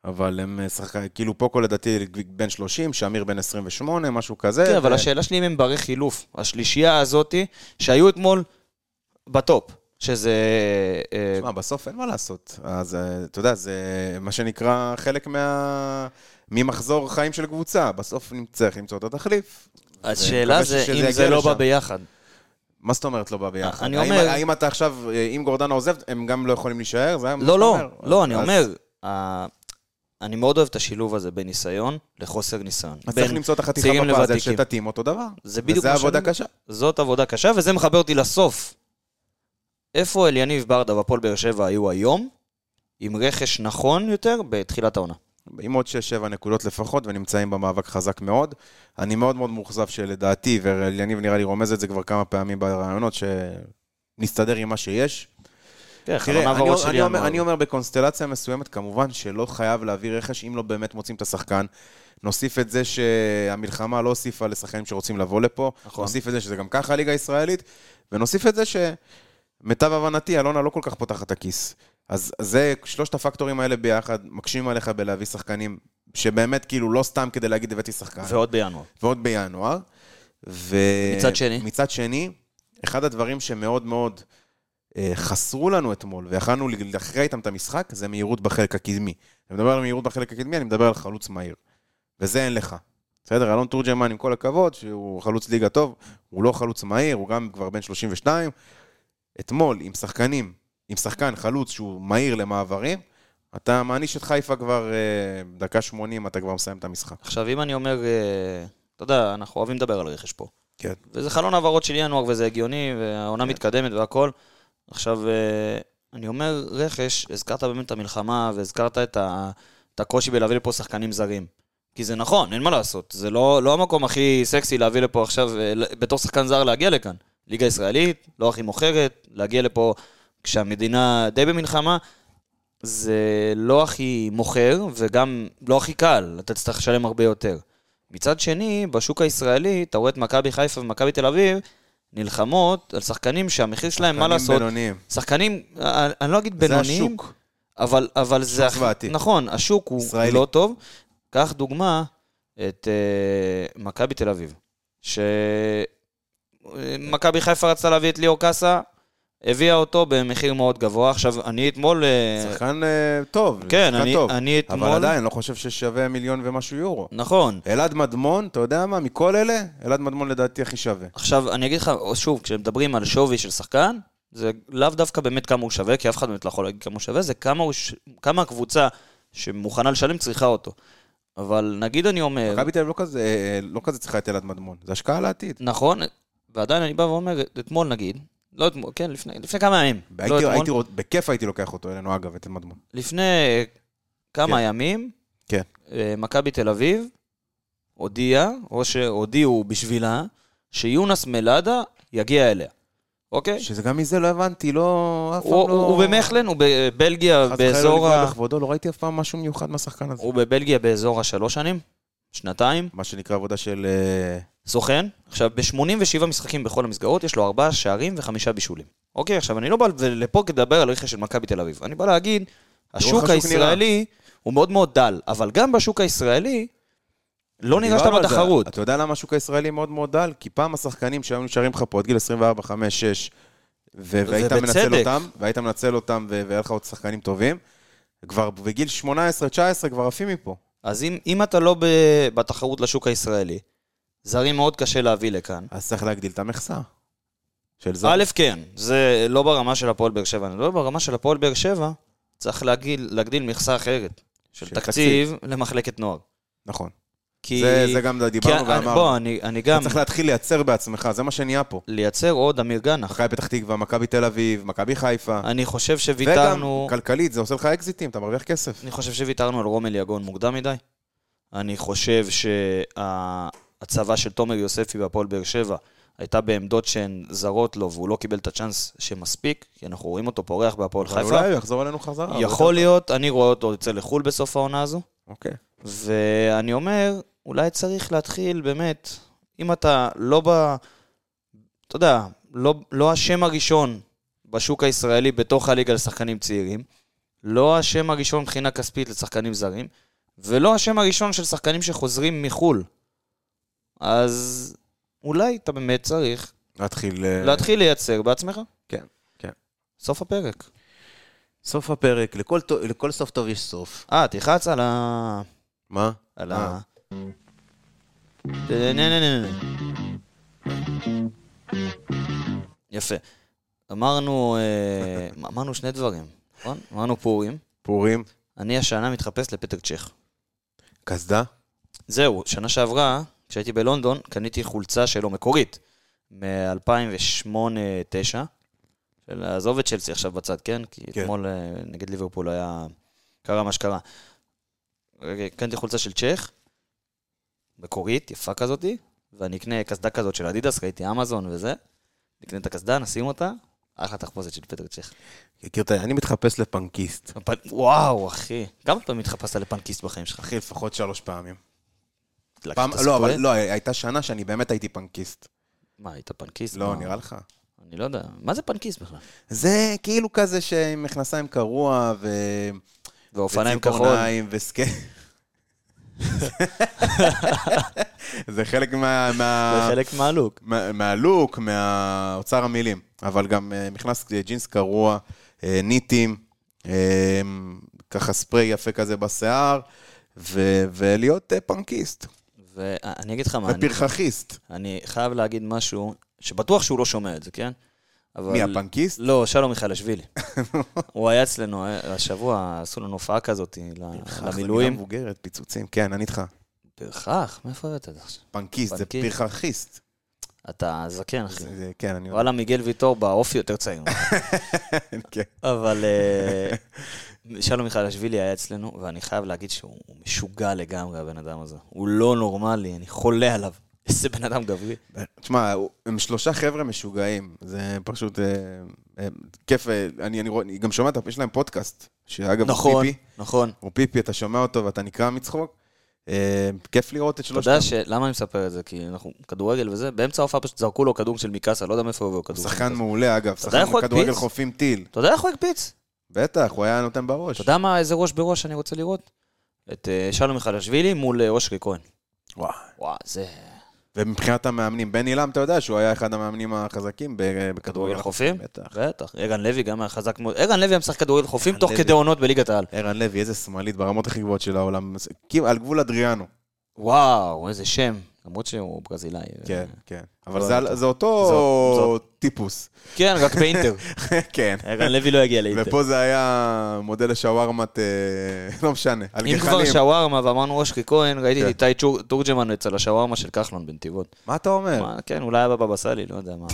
אבל הם שחקנים, כאילו פוקו לדעתי בן 30, שמיר בן 28, משהו כזה. כן, אבל ו- השאלה שלי אם הם ברי חילוף. השלישייה הזאתי, שהיו אתמול בטופ, שזה... אה, תשמע, בסוף אין מה לעשות. אז אה, אתה יודע, זה מה שנקרא חלק מה... ממחזור חיים של קבוצה. בסוף נצטרך למצוא את התחליף. השאלה מקווה זה שזה אם יגיע זה לא בא לשם. ביחד. מה זאת אומרת לא בא ביחד? אני האם- אומר- האם אתה עכשיו, אה, אם גורדנה עוזב, הם גם לא יכולים להישאר? זה היה מה לא, שאתה לא, אומר. לא, אני אז אומר, ה- אני מאוד אוהב את השילוב הזה בין ניסיון לחוסר ניסיון. אז צריך בין למצוא את החתיכה צעירים בפאזל לוותיקים. שתתאים אותו דבר. זה בדיוק מה וזה עבודה שאני- קשה. זאת עבודה קשה, וזה מחבר אותי לסוף. איפה אליניב ברדה והפועל באר שבע היו היום, עם רכש נכון יותר בתחילת העונה. עם עוד 6-7 נקודות לפחות, ונמצאים במאבק חזק מאוד. אני מאוד מאוד מאוכזב שלדעתי, ויניב נראה לי רומז את זה כבר כמה פעמים ברעיונות, שנסתדר עם מה שיש. כן, תראה, חלומה אני, בראש אני, שלי אומר, אמר. אני אומר בקונסטלציה מסוימת, כמובן שלא חייב להביא רכש אם לא באמת מוצאים את השחקן. נוסיף את זה שהמלחמה לא הוסיפה לשחקנים שרוצים לבוא לפה. נכון. נוסיף את זה שזה גם ככה הליגה הישראלית. ונוסיף את זה שמיטב הבנתי, אלונה לא כל כך פותחת את הכיס. אז זה, שלושת הפקטורים האלה ביחד מקשים עליך בלהביא שחקנים שבאמת כאילו לא סתם כדי להגיד הבאתי שחקן. ועוד בינואר. ועוד בינואר. ו... מצד שני? מצד שני, אחד הדברים שמאוד מאוד אה, חסרו לנו אתמול, ויכלנו להכריע איתם את המשחק, זה מהירות בחלק הקדמי. אני מדבר על מהירות בחלק הקדמי, אני מדבר על חלוץ מהיר. וזה אין לך. בסדר, אלון תורג'מן, עם כל הכבוד, שהוא חלוץ ליגה טוב, הוא לא חלוץ מהיר, הוא גם כבר בן 32. אתמול, עם שחקנים, עם שחקן חלוץ שהוא מהיר למעברים, אתה מעניש את חיפה כבר אה, דקה 80, אתה כבר מסיים את המשחק. עכשיו, אם אני אומר, אה, אתה יודע, אנחנו אוהבים לדבר על רכש פה. כן. וזה חלון העברות של ינואר, וזה הגיוני, והעונה מתקדמת והכל. עכשיו, אה, אני אומר רכש, הזכרת באמת את המלחמה, והזכרת את, ה, את הקושי בלהביא לפה שחקנים זרים. כי זה נכון, אין מה לעשות. זה לא, לא המקום הכי סקסי להביא לפה עכשיו, אה, ל- בתור שחקן זר להגיע לכאן. ליגה ישראלית, לא הכי מוכרת, להגיע לפה כשהמדינה די במלחמה. זה לא הכי מוכר, וגם לא הכי קל, אתה תצטרך לשלם הרבה יותר. מצד שני, בשוק הישראלי, אתה רואה את מכבי חיפה ומכבי תל אביב נלחמות על שחקנים שהמחיר שלהם, מה לעשות, שחקנים בינוניים. שחקנים, אני- אני לא אגיד זה בינוניים, השוק. אבל, אבל זה... הכ- זוועתי. נכון, השוק הוא ישראלי. לא טוב. קח דוגמה את uh, מכבי תל אביב, שמכבי חיפה רצתה להביא את ליאור קאסה, הביאה אותו במחיר מאוד גבוה. עכשיו, אני אתמול... אה, שחקן אה, טוב, כן, שחקן אני- טוב. אני אתמול- אבל עדיין, לא חושב ששווה מיליון ומשהו יורו. נכון. אלעד מדמון, אתה יודע מה, מכל אלה, אלעד מדמון לדעתי הכי שווה. עכשיו, אני אגיד לך, שוב, כשמדברים על שווי של שחקן, זה לאו דווקא באמת כמה הוא שווה, כי אף אחד באמת לא יכול להגיד כמה הוא שווה, זה כמה, הוא ש... כמה הקבוצה שמוכנה לשלם צריכה אותו. אבל נגיד אני אומר... מכבי תל אביב לא כזה- אה, לא כזה צריכה את אלעד מדמון, זה השקעה לעתיד. נכון, ועדיין אני בא ואומר, אתמול נגיד, לא אתמול, כן, לפני, לפני כמה ימים. לא הייתי- אתמול, הייתי רוצ- בכיף הייתי לוקח אותו אלינו, אגב, את אלעד מדמון. לפני אה, כמה כן. ימים, כן. אה, מכבי תל אביב הודיעה, או שהודיעו בשבילה, שיונס מלאדה יגיע אליה, אוקיי? שזה גם מזה לא הבנתי, לא... אף פעם הוא, לא... הוא, הוא במכלן, הוא בבלגיה, חס וחלילה לא באזור לפגוע ה... בכבודו, לא ראיתי אף פעם משהו מיוחד מהשחקן הזה. הוא בבלגיה באזור השלוש שנים, שנתיים, מה שנקרא עבודה של... אה, סוכן. עכשיו, ב-87 משחקים בכל המסגרות, יש לו ארבעה שערים וחמישה בישולים. אוקיי, עכשיו, אני לא בא לפה כדי לדבר על רכש של מכבי תל אביב. אני בא להגיד, השוק השוק הישראלי הוא מאוד מאוד דל, אבל גם בשוק הישראלי, לא נראה שאתה דיברנו על זה. בתחרות. אתה יודע למה השוק הישראלי מאוד מאוד דל? כי פעם השחקנים שהיו נשארים לך פה עד גיל 24, 5, 6, ו- והיית ובצדק. מנצל אותם, והיית מנצל אותם, ו- והיה לך עוד שחקנים טובים, כבר בגיל 18, 19 כבר עפים מפה. אז אם, אם אתה לא ב- בתחרות לשוק הישראלי, זרים מאוד קשה להביא לכאן. אז צריך להגדיל את המכסה. של זה. א', כן, זה לא ברמה של הפועל באר שבע. לא ברמה של הפועל באר שבע, צריך להגדיל, להגדיל מכסה אחרת, של של תקציב למחלקת נוער. נכון. כי... זה, זה גם דיברנו כי אני- ואמרנו. בוא, אני, אני אתה גם... צריך להתחיל לייצר בעצמך, זה מה שנהיה פה. לייצר עוד אמיר גנח. מכבי פתח תקווה, מכבי תל אביב, מכבי חיפה. אני חושב וגם שוויתרנו... כלכלית, זה עושה לך אקזיטים, אתה מרוויח כסף. אני חושב שוויתרנו על רומל יגון מוקדם מדי. אני חושב שההצבה של תומר יוספי בהפועל באר שבע הייתה בעמדות שהן זרות לו, והוא לא קיבל את הצ'אנס שמספיק, כי אנחנו רואים אותו פורח בהפועל אבל חיפה. אולי הוא יחזור אלינו חזרה. אבל- יכול להיות, אני רואה אותו יוצא לחו"ל בסוף העונה הזו. אוקיי. ואני אומר, אולי צריך להתחיל באמת, אם אתה לא ב... אתה יודע, לא, לא השם הראשון בשוק הישראלי בתוך הליגה לשחקנים צעירים, לא השם הראשון מבחינה כספית לשחקנים זרים, ולא השם הראשון של שחקנים שחוזרים מחו"ל. אז אולי אתה באמת צריך להתחיל... אה, להתחיל לייצר בעצמך. כן, כן. סוף הפרק. סוף הפרק, לכל, טו- לכל סוף טוב יש סוף. אה, תלחץ על ה... מה? על אה. ה... נה, נה, נה, נה. יפה. אמרנו, אה, אמרנו שני דברים, נכון? אמרנו פורים. פורים, אני השנה מתחפש לפטר צ'ך. קסדה. זהו, שנה שעברה, כשהייתי בלונדון, קניתי חולצה שלו מקורית, מ-2008-2009, של עזוב את צ'לסי עכשיו בצד, כן? כי כן. אתמול אה, נגד ליברפול היה... קרה מה שקרה. רגע, קנתי חולצה של צ'ך, מקורית, יפה כזאתי, ואני אקנה קסדה כזאת של אדידס, ראיתי אמזון וזה. נקנה את הקסדה, נשים אותה, אחלה תחפושת של פטר צ'ך. מכיר את ה- אני מתחפש לפנקיסט. הפ- וואו, אחי. כמה פעמים התחפשת לפנקיסט בחיים שלך? אחי, לפחות שלוש פעמים. דלקת פעם, את לא, הספויה? אבל לא, הייתה שנה שאני באמת הייתי פנקיסט. מה, היית פנקיסט? לא, מה? נראה לך? אני לא יודע. מה זה פנקיסט בכלל? זה כאילו כזה שעם מכנסיים קרוע ו... ואופניים כחול. וציפורניים וסקי... זה חלק מה... מה... זה חלק מהלוק. מה- מהלוק, מהאוצר המילים, אבל גם אה, נכנס ג'ינס קרוע, אה, ניטים, אה, ככה ספרי יפה כזה בשיער, ו- ולהיות אה, פנקיסט ואני אגיד לך מה, אני- ופרחכיסט. אני חייב להגיד משהו, שבטוח שהוא לא שומע את זה, כן? אבל... מי, הפנקיסט? לא, שלום מיכאלשווילי. הוא היה אצלנו אה, השבוע, עשו לנו הופעה כזאת ל- פרחח אה, זה מילה למילואים. מבוגרת, פיצוצים, כן, אני איתך. פרחח? מאיפה הבאת את זה עכשיו? פנקיסט, זה פנקיסט. פרחכיסט. אתה זקן, אחי. זה- זה- כן, אני יודע. וואלה, מיגל ויטור באופי יותר צעיר. כן. אבל אה, שלום מיכאלשווילי היה אצלנו, ואני חייב להגיד שהוא הוא משוגע לגמרי, הבן אדם הזה. הוא לא נורמלי, אני חולה עליו. איזה בן אדם גברי. תשמע, הוא- הם שלושה חבר'ה משוגעים, זה פשוט אה, אה, כיף, אה, אני אני רואה- אני גם שומע, את ה- יש להם פודקאסט, שאגב, הוא נכון, פיפי. נכון. הוא פיפי, אתה שומע אותו ואתה נקרע מצחוק. אה, כיף לראות את אתה שלושתם. יודע ש... למה אני מספר את זה? כי אנחנו כדורגל וזה, באמצע ההופעה פשוט זרקו לו כדור של מיקאסה, לא יודע מאיפה הוא הביא לו כדור. של שחקן מיקאסה. מעולה, אגב. יודע שחקן איך הוא כדורגל הקפיץ? חופים טיל. אתה יודע איך הוא הקפיץ? בטח, הוא היה נותן בראש. אתה יודע מה, איזה ראש בראש אני רוצה לראות? את אה, שלום מיכאלשווילי מול אה, אושרי כהן. וואי. וואו, זה ומבחינת המאמנים, בן עילם, אתה יודע שהוא היה אחד המאמנים החזקים ב- אה, בכדורגל כדורגל חופים? בטח. בטח. ערן לוי גם היה חזק מאוד. ערן לוי היה משחק כדורגל חופים ערן תוך לוי. כדי עונות בליגת העל. ערן לוי, איזה שמאלית ברמות הכי גבוהות של העולם. כאילו, על גבול אדריאנו. אה. וואו, איזה שם. למרות שהוא ברזילאי. כן, כן. אבל לא זה יודע. על- זה אותו טיפוס. כן, רק באינטר. כן. ערן לוי לא יגיע לאינטר. ופה זה היה מודל לשווארמת, אה, לא משנה, על אם כבר גחלים. שווארמה ואמרנו אושרי כהן, ראיתי את כן. איתי צור- תורג'מן אצל השווארמה של כחלון בנתיבות. מה אתה אומר? אה, מה, כן, אולי היה בבבא סאלי, לא יודע מה.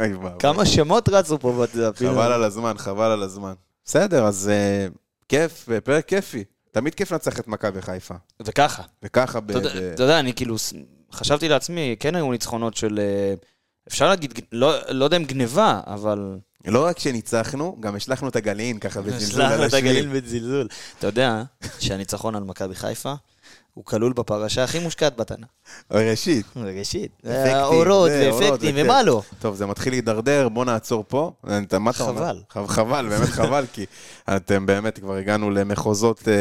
אוי ואבוי. כמה שמות רצו פה, ואתה יודע, אפילו... אוקיי. חבל על הזמן, חבל על הזמן. בסדר, אז אה, כיף, אה, פרק כיפי. תמיד כיף לנצח את מכבי חיפה. וככה. וככה ב... אתה יודע- ב- אתה יודע, אני כאילו ס- חשבתי לעצמי, כן היו ניצחונות של... אה, אפשר להגיד, גנ- לא לא יודע אם גניבה, אבל... לא רק שניצחנו, גם השלכנו את הגליעין ככה בזלזול שלח על את הגליל השביל. בזלזול. אתה יודע שהניצחון על מכבי חיפה הוא כלול בפרשה הכי מושקעת בתנ"ך. אוי, ראשית. ראשית. אפקטים, האורות זה, אורות, אה, ואפקטים וכן. ומה לא. טוב, זה מתחיל להידרדר, בוא נעצור פה. אה, אתה- מה אתה אומר? חבל. ח- חבל, באמת חבל, כי אתם באמת כבר הגענו למחוזות, אה,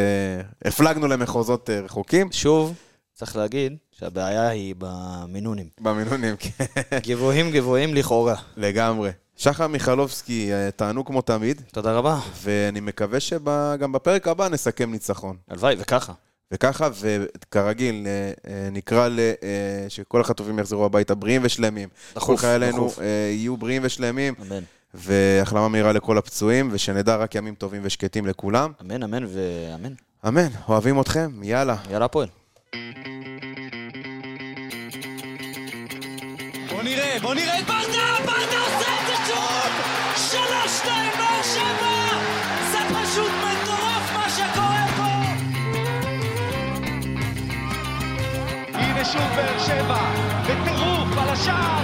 הפלגנו למחוזות אה, רחוקים. שוב, צריך להגיד שהבעיה היא במינונים. במינונים, כן, גבוהים גבוהים לכאורה. לגמרי. שחר מיכלובסקי, אה, תענו כמו תמיד, תודה רבה. ואני מקווה שגם בפרק הבא נסכם ניצחון. הלוואי, וככה. וככה, וכרגיל, אה, אה, נקרא ל... אה, שכל החטופים יחזרו הביתה בריאים ושלמים. דחוף, כל חיילינו דחוף. אה, יהיו בריאים ושלמים, אמן. והחלמה מהירה לכל הפצועים, ושנדע רק ימים טובים ושקטים לכולם. אמן, אמן ואמן. אמן, אוהבים אתכם, יאללה. יאללה הפועל. בוא נראה, בוא נראה את ברדה, ברדה עושה את זה שוב! שלוש, שתיים, באר שבע! זה פשוט מטורף מה שקורה פה! הנה שוב באר שבע, בטירוף על השער,